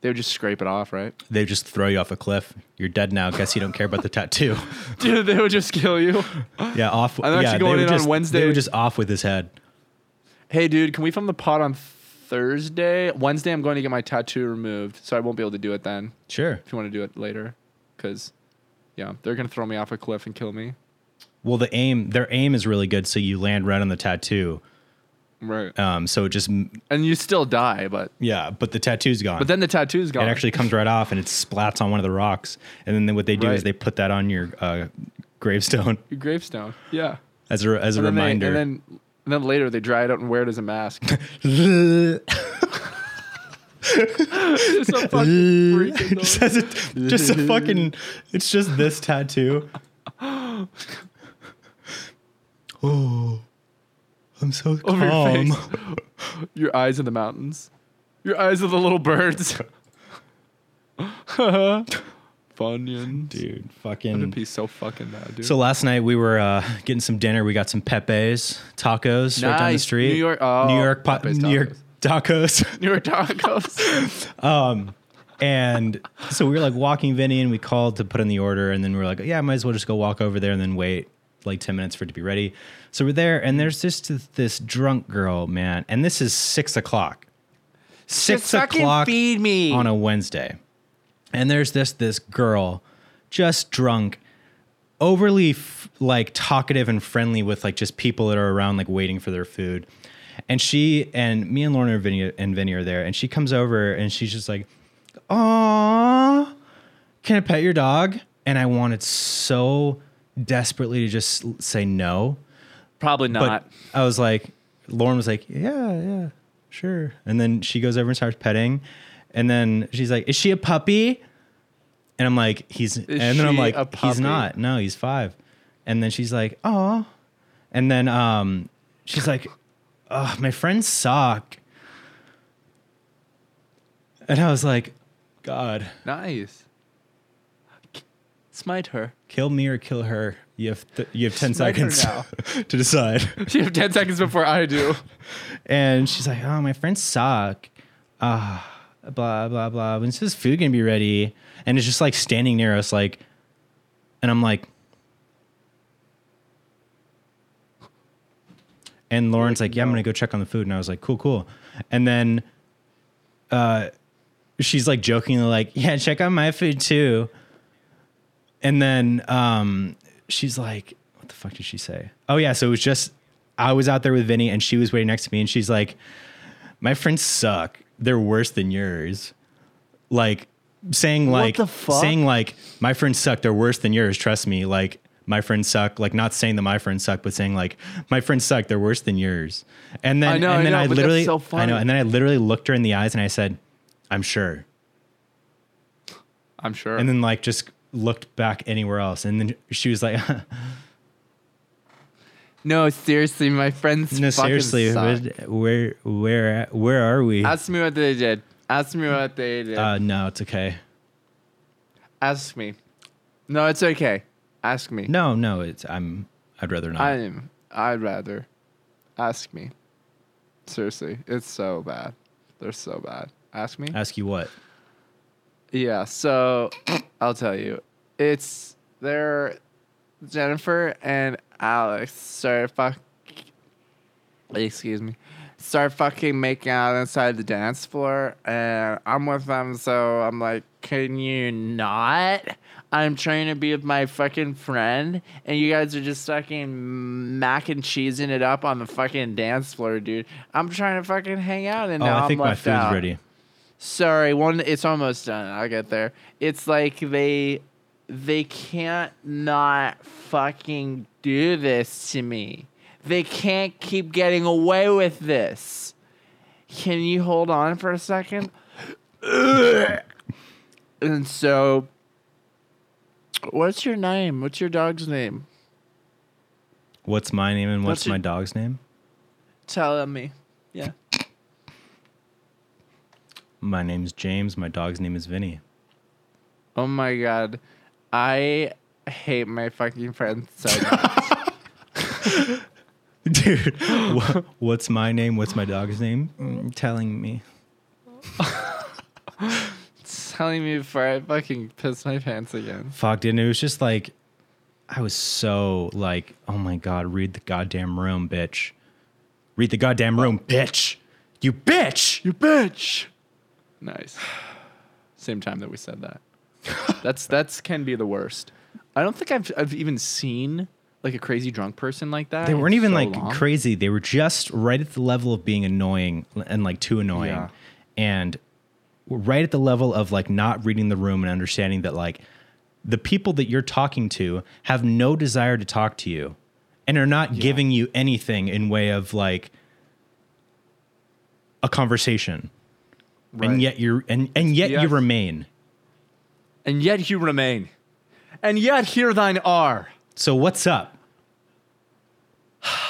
Speaker 2: They would just scrape it off, right?
Speaker 1: They just throw you off a cliff. You're dead now. Guess you don't care about the tattoo.
Speaker 2: Dude, they would just kill you.
Speaker 1: Yeah, off.
Speaker 2: I'm actually
Speaker 1: yeah,
Speaker 2: going
Speaker 1: they
Speaker 2: in
Speaker 1: were
Speaker 2: on
Speaker 1: just,
Speaker 2: Wednesday.
Speaker 1: They were just off with his head.
Speaker 2: hey dude can we film the pod on thursday wednesday i'm going to get my tattoo removed so i won't be able to do it then
Speaker 1: Sure.
Speaker 2: if you want to do it later because yeah they're going to throw me off a cliff and kill me
Speaker 1: Well, the aim, their aim is really good. So you land right on the tattoo.
Speaker 2: right
Speaker 1: Um, so it just
Speaker 2: and you still die but
Speaker 1: yeah, but the tattoo's gone.
Speaker 2: but then the tattoo's gone
Speaker 1: it actually comes right off and it splats on one of the rocks. And then what they do
Speaker 2: Right.
Speaker 1: is they put that on your uh, gravestone
Speaker 2: your gravestone yeah
Speaker 1: as a as a
Speaker 2: and then, they, and
Speaker 1: reminder.
Speaker 2: then and then later they dry it out and wear it as a mask It's so fucking freaky, though.
Speaker 1: just, as a, just a fucking. It's just this tattoo. oh, I'm so
Speaker 2: Over your
Speaker 1: calm.
Speaker 2: face.
Speaker 1: Um,
Speaker 2: your eyes in the mountains your eyes of the little birds Funyuns.
Speaker 1: dude.
Speaker 2: That'd
Speaker 1: Fucking.
Speaker 2: be so fucking bad, dude.
Speaker 1: So last night we were uh, getting some dinner. We got some Pepe's tacos right down the
Speaker 2: Nice.
Speaker 1: street.
Speaker 2: New York- oh,
Speaker 1: New York, pa-
Speaker 2: Pepe's
Speaker 1: New York tacos.
Speaker 2: New York tacos.
Speaker 1: and so we were like walking Vinny, and we called to put in the order, and then we were like, yeah, might as well just go walk over there and then wait like ten minutes for it to be ready. So we're there, and there's just this, this drunk girl, man, and this is six o'clock. Six o'clock
Speaker 2: Feed me.
Speaker 1: on a Wednesday. And there's this this girl just drunk, overly f- like talkative and friendly with like just people that are around like waiting for their food. And she and me and Lorna and Vinny, and Vinny are there and she comes over and she's just like, "Aw, can I pet your dog?" And I wanted so desperately to just l- say no,
Speaker 2: Probably
Speaker 1: but
Speaker 2: not.
Speaker 1: I was like, Lauren was like, yeah, yeah, sure. And then she goes over and starts petting, and then she's like, is she a puppy? And I'm like, he's, and then I'm
Speaker 2: she
Speaker 1: like,
Speaker 2: a
Speaker 1: he's
Speaker 2: puppy?
Speaker 1: not. No, he's five. And then she's like, oh. And then um, she's like, oh, my friends suck. And I was like, God,
Speaker 2: nice. Smite her.
Speaker 1: kill me or kill her. You have th- you have ten
Speaker 2: Smite her
Speaker 1: seconds to decide.
Speaker 2: You have ten seconds before I do.
Speaker 1: And she's like, "Oh, my friends suck." Ah, blah blah blah. When's this food gonna be ready? And it's just like standing near us, like, and I'm like, and Lauren's like, "Yeah, I'm gonna go check on the food." And I was like, "Cool, cool." And then, uh, she's like jokingly like, "Yeah, check on my food too." And then um, she's like, what the fuck did she say? Oh, yeah. So it was just, I was out there with Vinny and she was waiting next to me and she's like, my friends suck. They're worse than yours. Like saying like,
Speaker 2: the fuck?
Speaker 1: saying like, my friends suck. They're worse than yours. Trust me. Like my friends suck. Like not saying that my friends suck, but saying like, my friends suck. They're worse than yours. And then,
Speaker 2: I know, I
Speaker 1: and then
Speaker 2: know,
Speaker 1: I,
Speaker 2: but that's
Speaker 1: literally,
Speaker 2: so
Speaker 1: I
Speaker 2: funny.
Speaker 1: know. And then I literally looked her in the eyes and I said, I'm sure
Speaker 2: I'm sure.
Speaker 1: and then like just looked back anywhere else and then she was like
Speaker 2: no, seriously, my friends.
Speaker 1: no
Speaker 2: fucking
Speaker 1: seriously
Speaker 2: suck.
Speaker 1: what- where where where are we
Speaker 2: Ask me what they did. Ask me what they did.
Speaker 1: uh no it's okay
Speaker 2: Ask me. No, it's okay. Ask me.
Speaker 1: no no it's i'm i'd rather not
Speaker 2: I am. I'd rather. Ask me. Seriously, it's so bad. They're so bad. Ask me.
Speaker 1: ask you what
Speaker 2: Yeah, so I'll tell you. It's they're Jennifer and Alex start fuck excuse me. Start fucking making out inside the dance floor and I'm with them so I'm like, Can you not? I'm trying to be with my fucking friend, and you guys are just fucking mac and cheesing it up on the fucking dance floor, dude. I'm trying to fucking hang out, and
Speaker 1: Oh,
Speaker 2: now
Speaker 1: I think
Speaker 2: am
Speaker 1: my
Speaker 2: left
Speaker 1: food's
Speaker 2: out.
Speaker 1: ready.
Speaker 2: Sorry, one. It's almost done. I'll get there. It's like they, they can't not fucking do this to me. They can't keep getting away with this. Can you hold on for a second? and so, what's your name? What's your dog's name?
Speaker 1: What's my name and what's,
Speaker 2: What's
Speaker 1: my
Speaker 2: your-
Speaker 1: dog's name?
Speaker 2: Tell me. Yeah.
Speaker 1: My name's James. My dog's name is Vinny.
Speaker 2: Oh my god, I hate my fucking friends so much.
Speaker 1: Dude, wha- what's my name? What's my dog's name? Mm, telling me.
Speaker 2: telling me before I fucking piss my pants again.
Speaker 1: Fuck, dude. And it was just like, I was so like, oh my God, read the goddamn room, bitch. Read the goddamn room, bitch. You bitch.
Speaker 2: You bitch. Nice. Same time that we said that. That's that's can be the worst. I don't think I've I've even seen like a crazy drunk person like that.
Speaker 1: They
Speaker 2: in
Speaker 1: weren't even
Speaker 2: so
Speaker 1: like
Speaker 2: long.
Speaker 1: crazy. They were just right at the level of being annoying and like too annoying.
Speaker 2: Yeah.
Speaker 1: And right at the level of like not reading the room and understanding that like the people that you're talking to have no desire to talk to you and are not giving you anything in way of like a conversation.
Speaker 2: Right.
Speaker 1: And yet you're and, and yet
Speaker 2: Yes.
Speaker 1: you remain.
Speaker 2: And yet you remain. And yet here thine are.
Speaker 1: So what's up?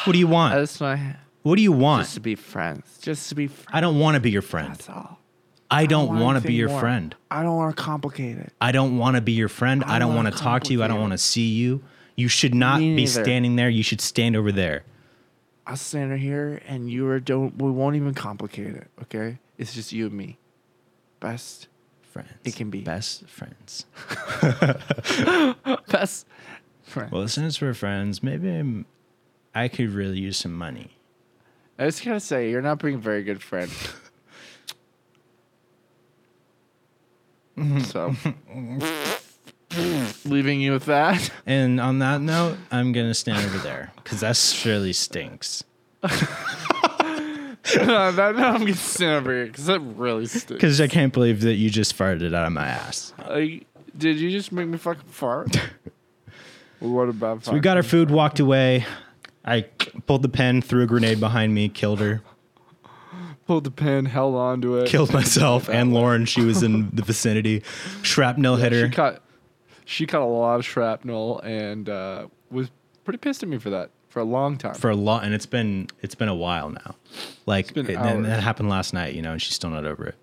Speaker 1: What do you want?
Speaker 2: That's my
Speaker 1: what do you want?
Speaker 2: just to be friends. Just to be friends.
Speaker 1: I don't want to be your friend.
Speaker 2: That's all.
Speaker 1: I don't
Speaker 2: want
Speaker 1: want to be
Speaker 2: anything
Speaker 1: your
Speaker 2: more.
Speaker 1: friend.
Speaker 3: I don't want to complicate it.
Speaker 1: I don't want to be your friend. I, don't
Speaker 3: don't
Speaker 1: want to
Speaker 3: wanna
Speaker 1: talk to you. I don't
Speaker 3: complicate
Speaker 1: want to see you. You should not
Speaker 2: Me
Speaker 1: be
Speaker 2: neither.
Speaker 1: standing there. You should stand over there.
Speaker 3: I'll stand here and you are don't. We won't even complicate it. Okay.
Speaker 2: It's just you and me.
Speaker 3: Best.
Speaker 1: Friends.
Speaker 3: It can be.
Speaker 1: Best friends.
Speaker 2: Best friend.
Speaker 1: Well, since we're friends, maybe I'm, I could really use some money.
Speaker 2: I was gonna say you're not being a very good friend. so leaving you with that.
Speaker 1: And on that note, I'm going to stand over there because that surely stinks.
Speaker 2: no, no, no, I'm gonna stand over here because that really stinks.
Speaker 1: Because I can't believe that you just farted it out of my ass.
Speaker 2: Like, did you just make me fucking fart? what about?
Speaker 1: We
Speaker 2: fucking-
Speaker 1: got our food, walked away. I pulled the pen, threw a grenade behind me, killed her.
Speaker 2: pulled the pin, held onto it.
Speaker 1: killed myself and Lauren. She was in the vicinity. Shrapnel hit
Speaker 2: She
Speaker 1: her.
Speaker 2: caught. She caught a lot of shrapnel and uh, was pretty pissed at me for that for a long time.
Speaker 1: for a lot, and it's been it's been a while now. Like
Speaker 2: been
Speaker 1: it- and
Speaker 2: hours.
Speaker 1: that happened last night, you know, and she's still not over it.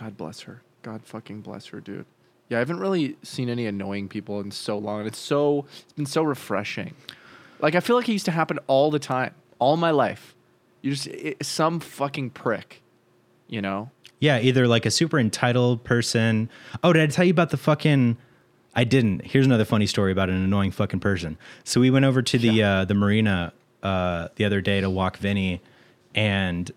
Speaker 2: God bless her. God fucking bless her, dude. Yeah, I haven't really seen any annoying people in so long. and It's so it's been so refreshing. Like I feel like it used to happen all the time, all my life. You just it, some fucking prick, you know?
Speaker 1: Yeah, either like a super entitled person. Oh, did I tell you about the fucking? I didn't. Here's another funny story about an annoying fucking person. So we went over to the uh, the marina uh, the other day to walk Vinny, and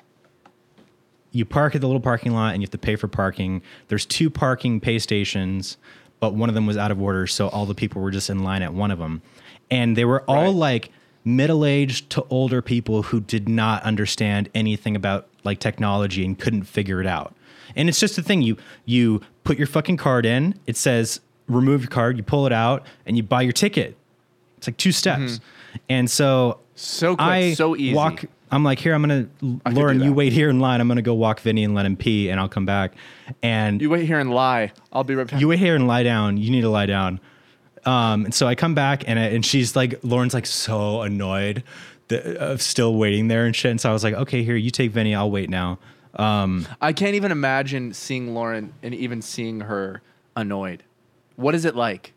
Speaker 1: you park at the little parking lot and you have to pay for parking. There's two parking pay stations, but one of them was out of order, so all the people were just in line at one of them. And they were all
Speaker 2: Right.
Speaker 1: like middle-aged to older people who did not understand anything about like technology and couldn't figure it out. And it's just the thing you you put your fucking card in, it says remove your card, you pull it out and you buy your ticket. It's like two steps. And so
Speaker 2: Mm-hmm. So quick,
Speaker 1: I
Speaker 2: so easy.
Speaker 1: walk. I'm like, here, I'm gonna,
Speaker 2: could
Speaker 1: Lauren,
Speaker 2: do
Speaker 1: you
Speaker 2: that.
Speaker 1: wait here in line. I'm gonna go walk Vinny and let him pee, and I'll come back. And
Speaker 2: You
Speaker 1: you,
Speaker 2: wait here and lie. I'll be right back.
Speaker 1: wait here and lie down. You need to lie down. Um, and so I come back, and I, and she's like, Lauren's like so annoyed, that, uh, still waiting there and shit. And so I was like, okay, here, you take Vinny. I'll wait now. Um,
Speaker 2: I can't even imagine seeing Lauren and even seeing her annoyed. What is it like?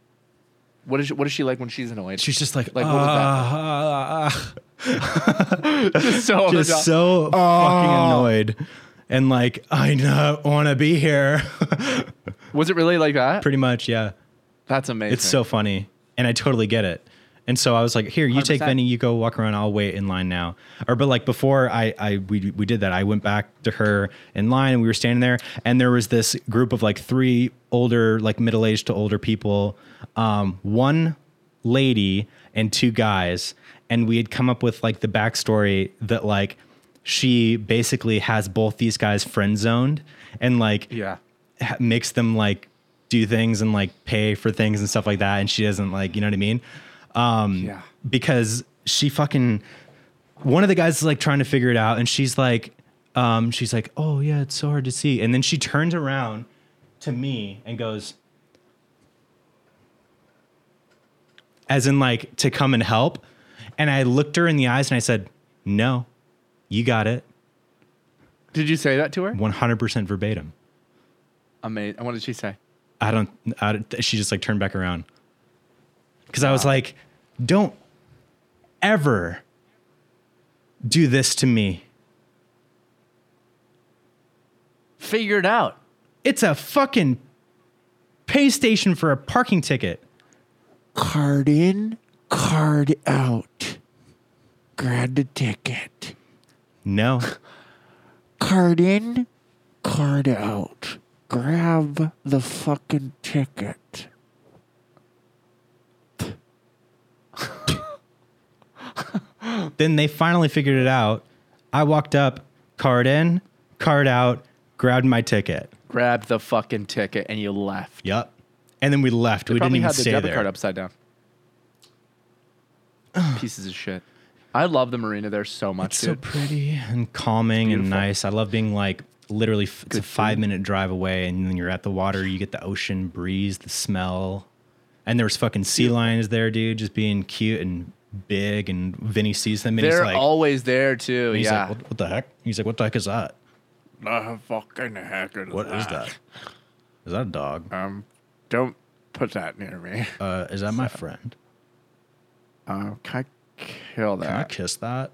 Speaker 2: What is what is she like when she's annoyed?
Speaker 1: She's just like,
Speaker 2: Like, what was that? so on the dot.
Speaker 1: just so
Speaker 2: Oh.
Speaker 1: fucking annoyed, and like, I not want to be here.
Speaker 2: was it really like that?
Speaker 1: Pretty much, yeah.
Speaker 2: That's amazing.
Speaker 1: It's so funny, and I totally get it. And so I was like, "Here, you take
Speaker 2: 100%.
Speaker 1: Benny. You go walk around. I'll wait in line now." Or, but like before, I, I, we, we did that. I went back to her in line, and we were standing there, and there was this group of like three older, like middle aged to older people, um, one lady and two guys, and we had come up with like the backstory that like she basically has both these guys friend zoned, and like
Speaker 3: Yeah.
Speaker 1: ha- makes them like do things and like pay for things and stuff like that and she doesn't like you know what i mean Um,
Speaker 3: Yeah.
Speaker 1: because she fucking one of the guys is like trying to figure it out and she's like um she's like oh yeah it's so hard to see and then she turns around to me and goes as in like to come and help and i looked her in the eyes and i said no you got it
Speaker 3: Did you say that to her?
Speaker 1: 100% verbatim
Speaker 2: Amazing. What did she say?
Speaker 1: I don't, I don't she just like turned back around because I was like, don't ever do this to me.
Speaker 2: Figure it out.
Speaker 1: It's a fucking pay station for a parking ticket.
Speaker 3: Card in, card out. Grab the ticket.
Speaker 1: No,
Speaker 3: Card in, card out. Grab the fucking ticket.
Speaker 1: then they finally figured it out. I walked up, card in, card out, grabbed my ticket.
Speaker 2: Grab the fucking ticket and you left.
Speaker 1: Yep. And then we left. we didn't
Speaker 2: Probably
Speaker 1: even
Speaker 2: had the
Speaker 1: stay
Speaker 2: debit
Speaker 1: there.
Speaker 2: card upside down. Pieces of shit. I love the marina there so much,
Speaker 1: It's so
Speaker 2: dude.
Speaker 1: pretty and calming and
Speaker 2: beautiful.
Speaker 1: nice. I love being like literally f- it's a five minute drive away, and then you're at the water. You get the ocean breeze, the smell, and there's fucking sea lions there, dude, just being cute and big. And Vinny sees them, and
Speaker 2: They're
Speaker 1: he's like,
Speaker 2: always there too.
Speaker 1: and he's
Speaker 2: yeah.
Speaker 1: like what, what the heck? He's like, what the heck is that?
Speaker 3: The fucking heck is
Speaker 1: What is that? Is that a dog?
Speaker 3: Um, don't put that near me.
Speaker 1: Uh, is that my friend?
Speaker 3: Um, can I kill
Speaker 1: Can I
Speaker 3: that?
Speaker 1: kiss that?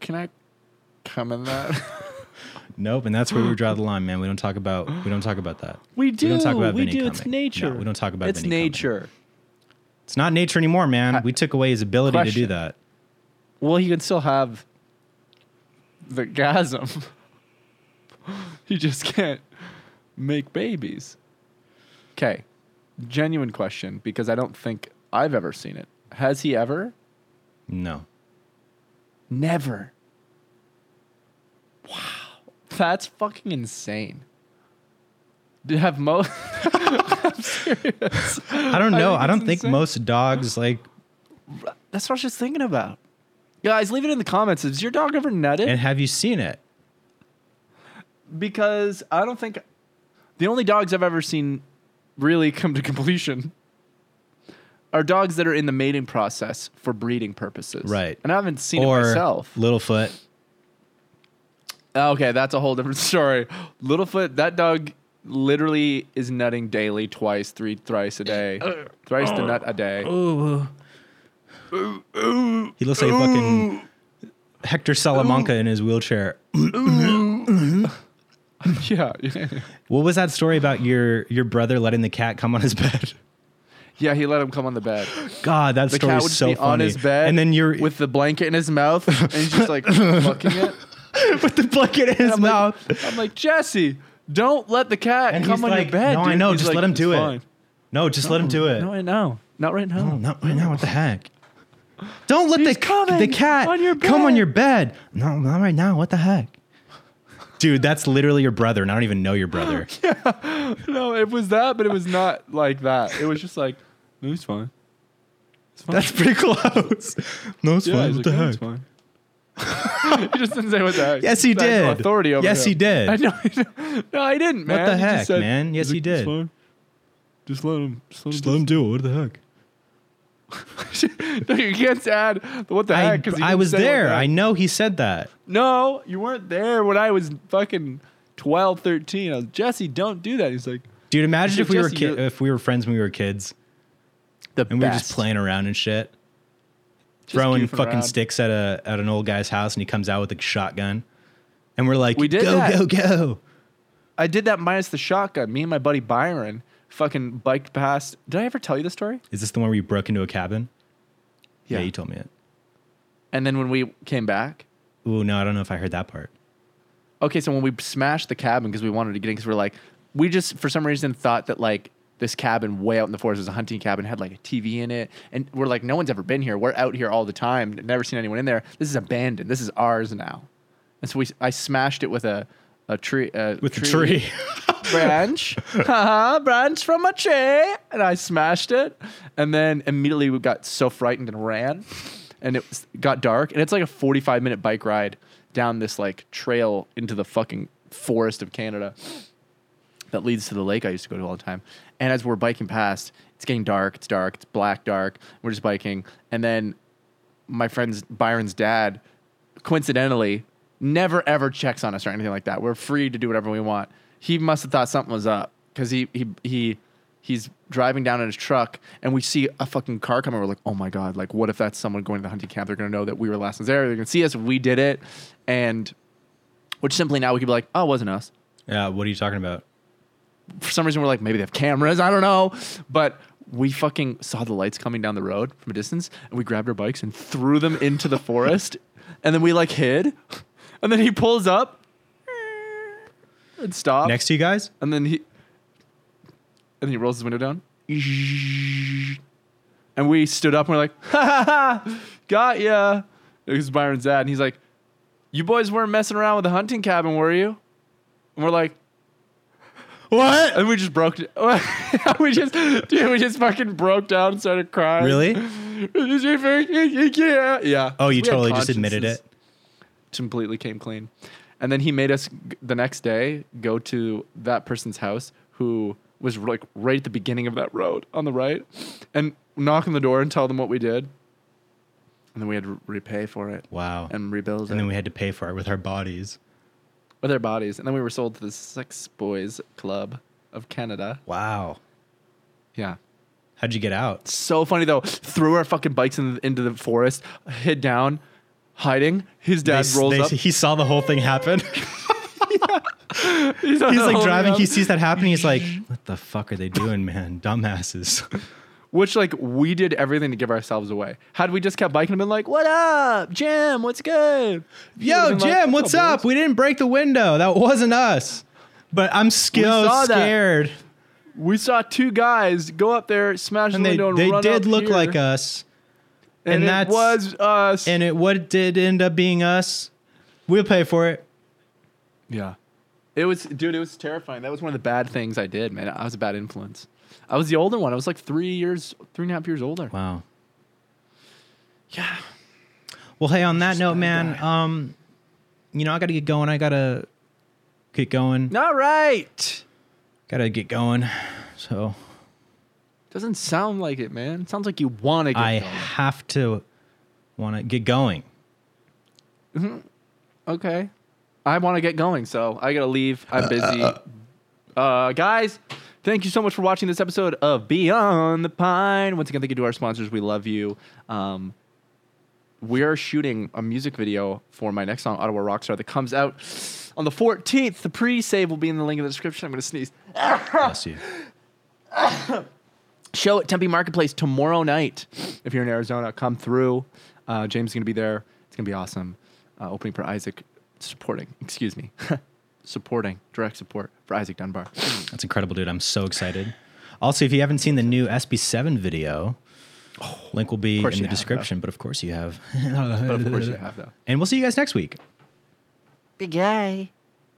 Speaker 3: Can I come in that?
Speaker 1: Nope. And that's where we draw the line, man. We don't talk about we don't talk about that.
Speaker 2: we do.
Speaker 1: don't talk about
Speaker 2: we
Speaker 1: Vinny
Speaker 2: do. It's
Speaker 1: coming.
Speaker 2: nature.
Speaker 1: No, we don't talk about
Speaker 2: It's
Speaker 1: Vinny coming.
Speaker 2: nature.
Speaker 1: It's not nature anymore, man. We took away his ability to do
Speaker 2: Question.
Speaker 1: that.
Speaker 2: Well, he can still have the gasm. he just can't make babies. Okay. Genuine question because I don't think I've ever seen it. Has he ever?
Speaker 1: No.
Speaker 2: Never. Wow. That's fucking insane. Do you have most
Speaker 1: I don't know.
Speaker 2: think
Speaker 1: I,
Speaker 2: it's
Speaker 1: don't think
Speaker 2: insane.
Speaker 1: most dogs like.
Speaker 2: That's what I was just thinking about. Guys, leave it in the comments. Has your dog ever nutted?
Speaker 1: And have you seen it?
Speaker 2: because I don't think the only dogs I've ever seen really come to completion are dogs that are in the mating process for breeding purposes.
Speaker 1: Right.
Speaker 2: And I haven't seen
Speaker 1: Or
Speaker 2: it myself.
Speaker 1: Littlefoot?
Speaker 2: Okay, that's a whole different story. Littlefoot, that dog literally is nutting daily, twice, three, thrice a day. Thrice the nut a day.
Speaker 1: Ooh. He looks like fucking Hector Salamanca in his wheelchair.
Speaker 2: Yeah.
Speaker 1: What was that story about your your brother letting the cat come on his bed?
Speaker 2: yeah, he let him come on the bed.
Speaker 1: God, that
Speaker 2: The
Speaker 1: story
Speaker 2: cat would
Speaker 1: is so
Speaker 2: be
Speaker 1: funny.
Speaker 2: on his bed
Speaker 1: and then you're with,
Speaker 2: with the blanket in his mouth and he's just like looking it.
Speaker 1: the blanket in his
Speaker 2: I'm
Speaker 1: mouth.
Speaker 2: Like, I'm like, Jesse, don't let the cat
Speaker 1: and
Speaker 2: come
Speaker 1: he's
Speaker 2: on
Speaker 1: like,
Speaker 2: your bed.
Speaker 1: no, I
Speaker 2: dude."
Speaker 1: know.
Speaker 2: He's
Speaker 1: Just
Speaker 2: like,
Speaker 1: let him
Speaker 2: "It's
Speaker 1: do it.
Speaker 2: fine."
Speaker 1: No, just let him do it.
Speaker 2: No, I know. Not right now.
Speaker 1: Oh, not right now. What the heck? Don't let
Speaker 2: He's
Speaker 1: the
Speaker 2: coming
Speaker 1: the cat
Speaker 2: on your
Speaker 1: come on
Speaker 2: bed.
Speaker 1: your bed. No, not right now. What the heck? Dude, that's literally your brother, and I don't even know your brother.
Speaker 2: No, it was that, but it was not like that. It was just like, no, it's fine.
Speaker 1: That's pretty close. No, it's
Speaker 2: Yeah,
Speaker 1: fine.
Speaker 2: he's like,
Speaker 1: What the
Speaker 2: "No,
Speaker 1: heck?
Speaker 2: it's fine. he just didn't say what the heck.
Speaker 1: Yes, he
Speaker 2: I had no
Speaker 1: did.
Speaker 2: Authority over
Speaker 1: Yes,
Speaker 2: him.
Speaker 1: he did.
Speaker 2: I know. No, I didn't, man. He
Speaker 1: the
Speaker 2: just
Speaker 1: heck,
Speaker 2: said-
Speaker 1: man? Yes,
Speaker 2: he's
Speaker 1: he
Speaker 2: like, "It's
Speaker 1: did."
Speaker 2: fine. Just let him. Just let him.
Speaker 1: Just let him do it. What the heck?
Speaker 2: do- no, you can't add the what the
Speaker 1: I,
Speaker 2: heck. 'cause he
Speaker 1: I
Speaker 2: didn't
Speaker 1: was
Speaker 2: say what the
Speaker 1: there.
Speaker 2: heck.
Speaker 1: I know he said that.
Speaker 2: No, you weren't there when I was fucking 12, 13. I was, Jesse, don't do that. He's like,
Speaker 1: Dude, imagine
Speaker 2: Dude,
Speaker 1: if we were
Speaker 2: Jesse,
Speaker 1: ki-
Speaker 2: you're-
Speaker 1: if we were friends when we were kids
Speaker 2: the
Speaker 1: and we were just playing around and shit, throwing fucking sticks at a at an old guy's house, and he comes out with a shotgun, and we're like,
Speaker 2: We did
Speaker 1: go
Speaker 2: that.
Speaker 1: go go.
Speaker 2: I did that minus the shotgun. Me and my buddy Byron fucking biked past. Did I ever tell you the story?
Speaker 1: Is this the one where you broke into a cabin? Yeah,
Speaker 2: Yeah.
Speaker 1: you told me it.
Speaker 2: And then when we came back,
Speaker 1: Ooh, no, I don't know if I heard that part.
Speaker 2: okay, so when we smashed the cabin because we wanted to get in, because we are like, we just for some reason thought that like this cabin way out in the forest was a hunting cabin, had like a TV in it, and we're like, no one's ever been here. We're out here all the time, never seen anyone in there. This is abandoned. This is ours now. And so we, I smashed it with a, a tree, a
Speaker 1: With the tree.
Speaker 2: branch, haha, branch from a tree, and I smashed it. And then immediately we got so frightened and ran, and it was, got dark. And it's like a forty-five minute bike ride down this like trail into the fucking forest of Canada that leads to the lake I used to go to all the time. And as we're biking past, it's getting dark. It's dark. It's black dark. We're just biking, and then my friend's Byron's dad, coincidentally, never ever checks on us or anything like that. We're free to do whatever we want. He must have thought something was up because he he he he's driving down in his truck and we see a fucking car coming. We're like, oh my god, like what if that's someone going to the hunting camp? They're gonna know that we were last in there. They're gonna see us. We did it, and which simply now we could be like, oh, it wasn't us
Speaker 1: yeah, what are you talking about?
Speaker 2: for some reason we're like maybe they have cameras i don't know but we fucking saw the lights coming down the road from a distance and we grabbed our bikes and threw them into the forest and then we like hid and then he pulls up and stops
Speaker 1: Next to you guys?
Speaker 2: and then he and he rolls his window down and we stood up and we're like ha ha ha got ya it was byron's dad and he's like you boys weren't messing around with the hunting cabin were you and we're like
Speaker 1: What?
Speaker 2: and we just broke. we just, dude, we just fucking broke down and started crying.
Speaker 1: Really?
Speaker 2: yeah. Yeah.
Speaker 1: Oh, you
Speaker 2: We had
Speaker 1: totally just admitted it.
Speaker 2: consciences. Completely came clean. And then he made us g- the next day go to that person's house who was like right at the beginning of that road on the right, and knock on the door and tell them what we did. And then we had to repay for it
Speaker 1: Wow. And,
Speaker 2: and rebuild it
Speaker 1: then we had to pay for it with our bodies.
Speaker 2: with our bodies. And then we were sold to the Sex Boys Club of Canada.
Speaker 1: Wow.
Speaker 2: Yeah.
Speaker 1: How'd you get out?
Speaker 2: So funny though. Threw our fucking bikes in, into the forest, hid down, hiding. His dad
Speaker 1: They-
Speaker 2: rolls
Speaker 1: they-
Speaker 2: up.
Speaker 1: He saw the whole thing happen.
Speaker 2: he's
Speaker 1: he's like driving. He sees that happening. He's like, "What the fuck are they doing, man? Dumbasses."
Speaker 2: which like we did everything to give ourselves away. Had we just kept biking and been like, "What up, Jim? What's good?" He would've
Speaker 1: Yo,
Speaker 2: been like,
Speaker 1: Jim, what's
Speaker 2: boys?"
Speaker 1: up? We didn't break the window. That wasn't us. But I'm
Speaker 2: We
Speaker 1: still
Speaker 2: saw that.
Speaker 1: scared.
Speaker 2: We saw two guys go up there, smash
Speaker 1: And
Speaker 2: the
Speaker 1: they
Speaker 2: window, and
Speaker 1: they
Speaker 2: run
Speaker 1: did
Speaker 2: up
Speaker 1: look
Speaker 2: here,
Speaker 1: like us.
Speaker 2: and,
Speaker 1: and
Speaker 2: it
Speaker 1: that's-
Speaker 2: was us.
Speaker 1: And it what did end up being us. We'll pay for it.
Speaker 2: yeah, it was, dude. It was terrifying. That was one of the bad things I did, man. I was a bad influence. I was the older one. I was like three years, three and a half years older.
Speaker 1: Wow.
Speaker 2: Yeah.
Speaker 1: Well, hey, on that note,
Speaker 2: gotta
Speaker 1: man, um, you know, I gotta get going. I gotta get going.
Speaker 2: Not right.
Speaker 1: Gotta get going. So
Speaker 2: Doesn't sound like it, man. It sounds like you want to get
Speaker 1: I
Speaker 2: going.
Speaker 1: have to wanna get going.
Speaker 2: Okay. I want to get going, so I got to leave. I'm busy. Uh, guys, thank you so much for watching this episode of Beyond the Pine. Once again, thank you to our sponsors. We love you. Um, we are shooting a music video for my next song, Ottawa Rockstar, that comes out on the 14th. The pre save will be in the link in the description. I'm going to sneeze.
Speaker 1: Bless you.
Speaker 2: show at Tempe Marketplace tomorrow night. If you're in Arizona, come through. Uh, James is going to be there. It's going to be awesome. Uh, opening for Isaac, supporting, excuse me, supporting, direct support for Isaac Dunbar.
Speaker 1: That's incredible, dude. I'm so excited. Also, if you haven't seen the new SB7 video, link will be in
Speaker 2: course
Speaker 1: the
Speaker 2: you have, though.
Speaker 1: description, but of course you have.
Speaker 2: But of course, you have, though.
Speaker 1: And we'll see you guys next week.
Speaker 4: Big guy.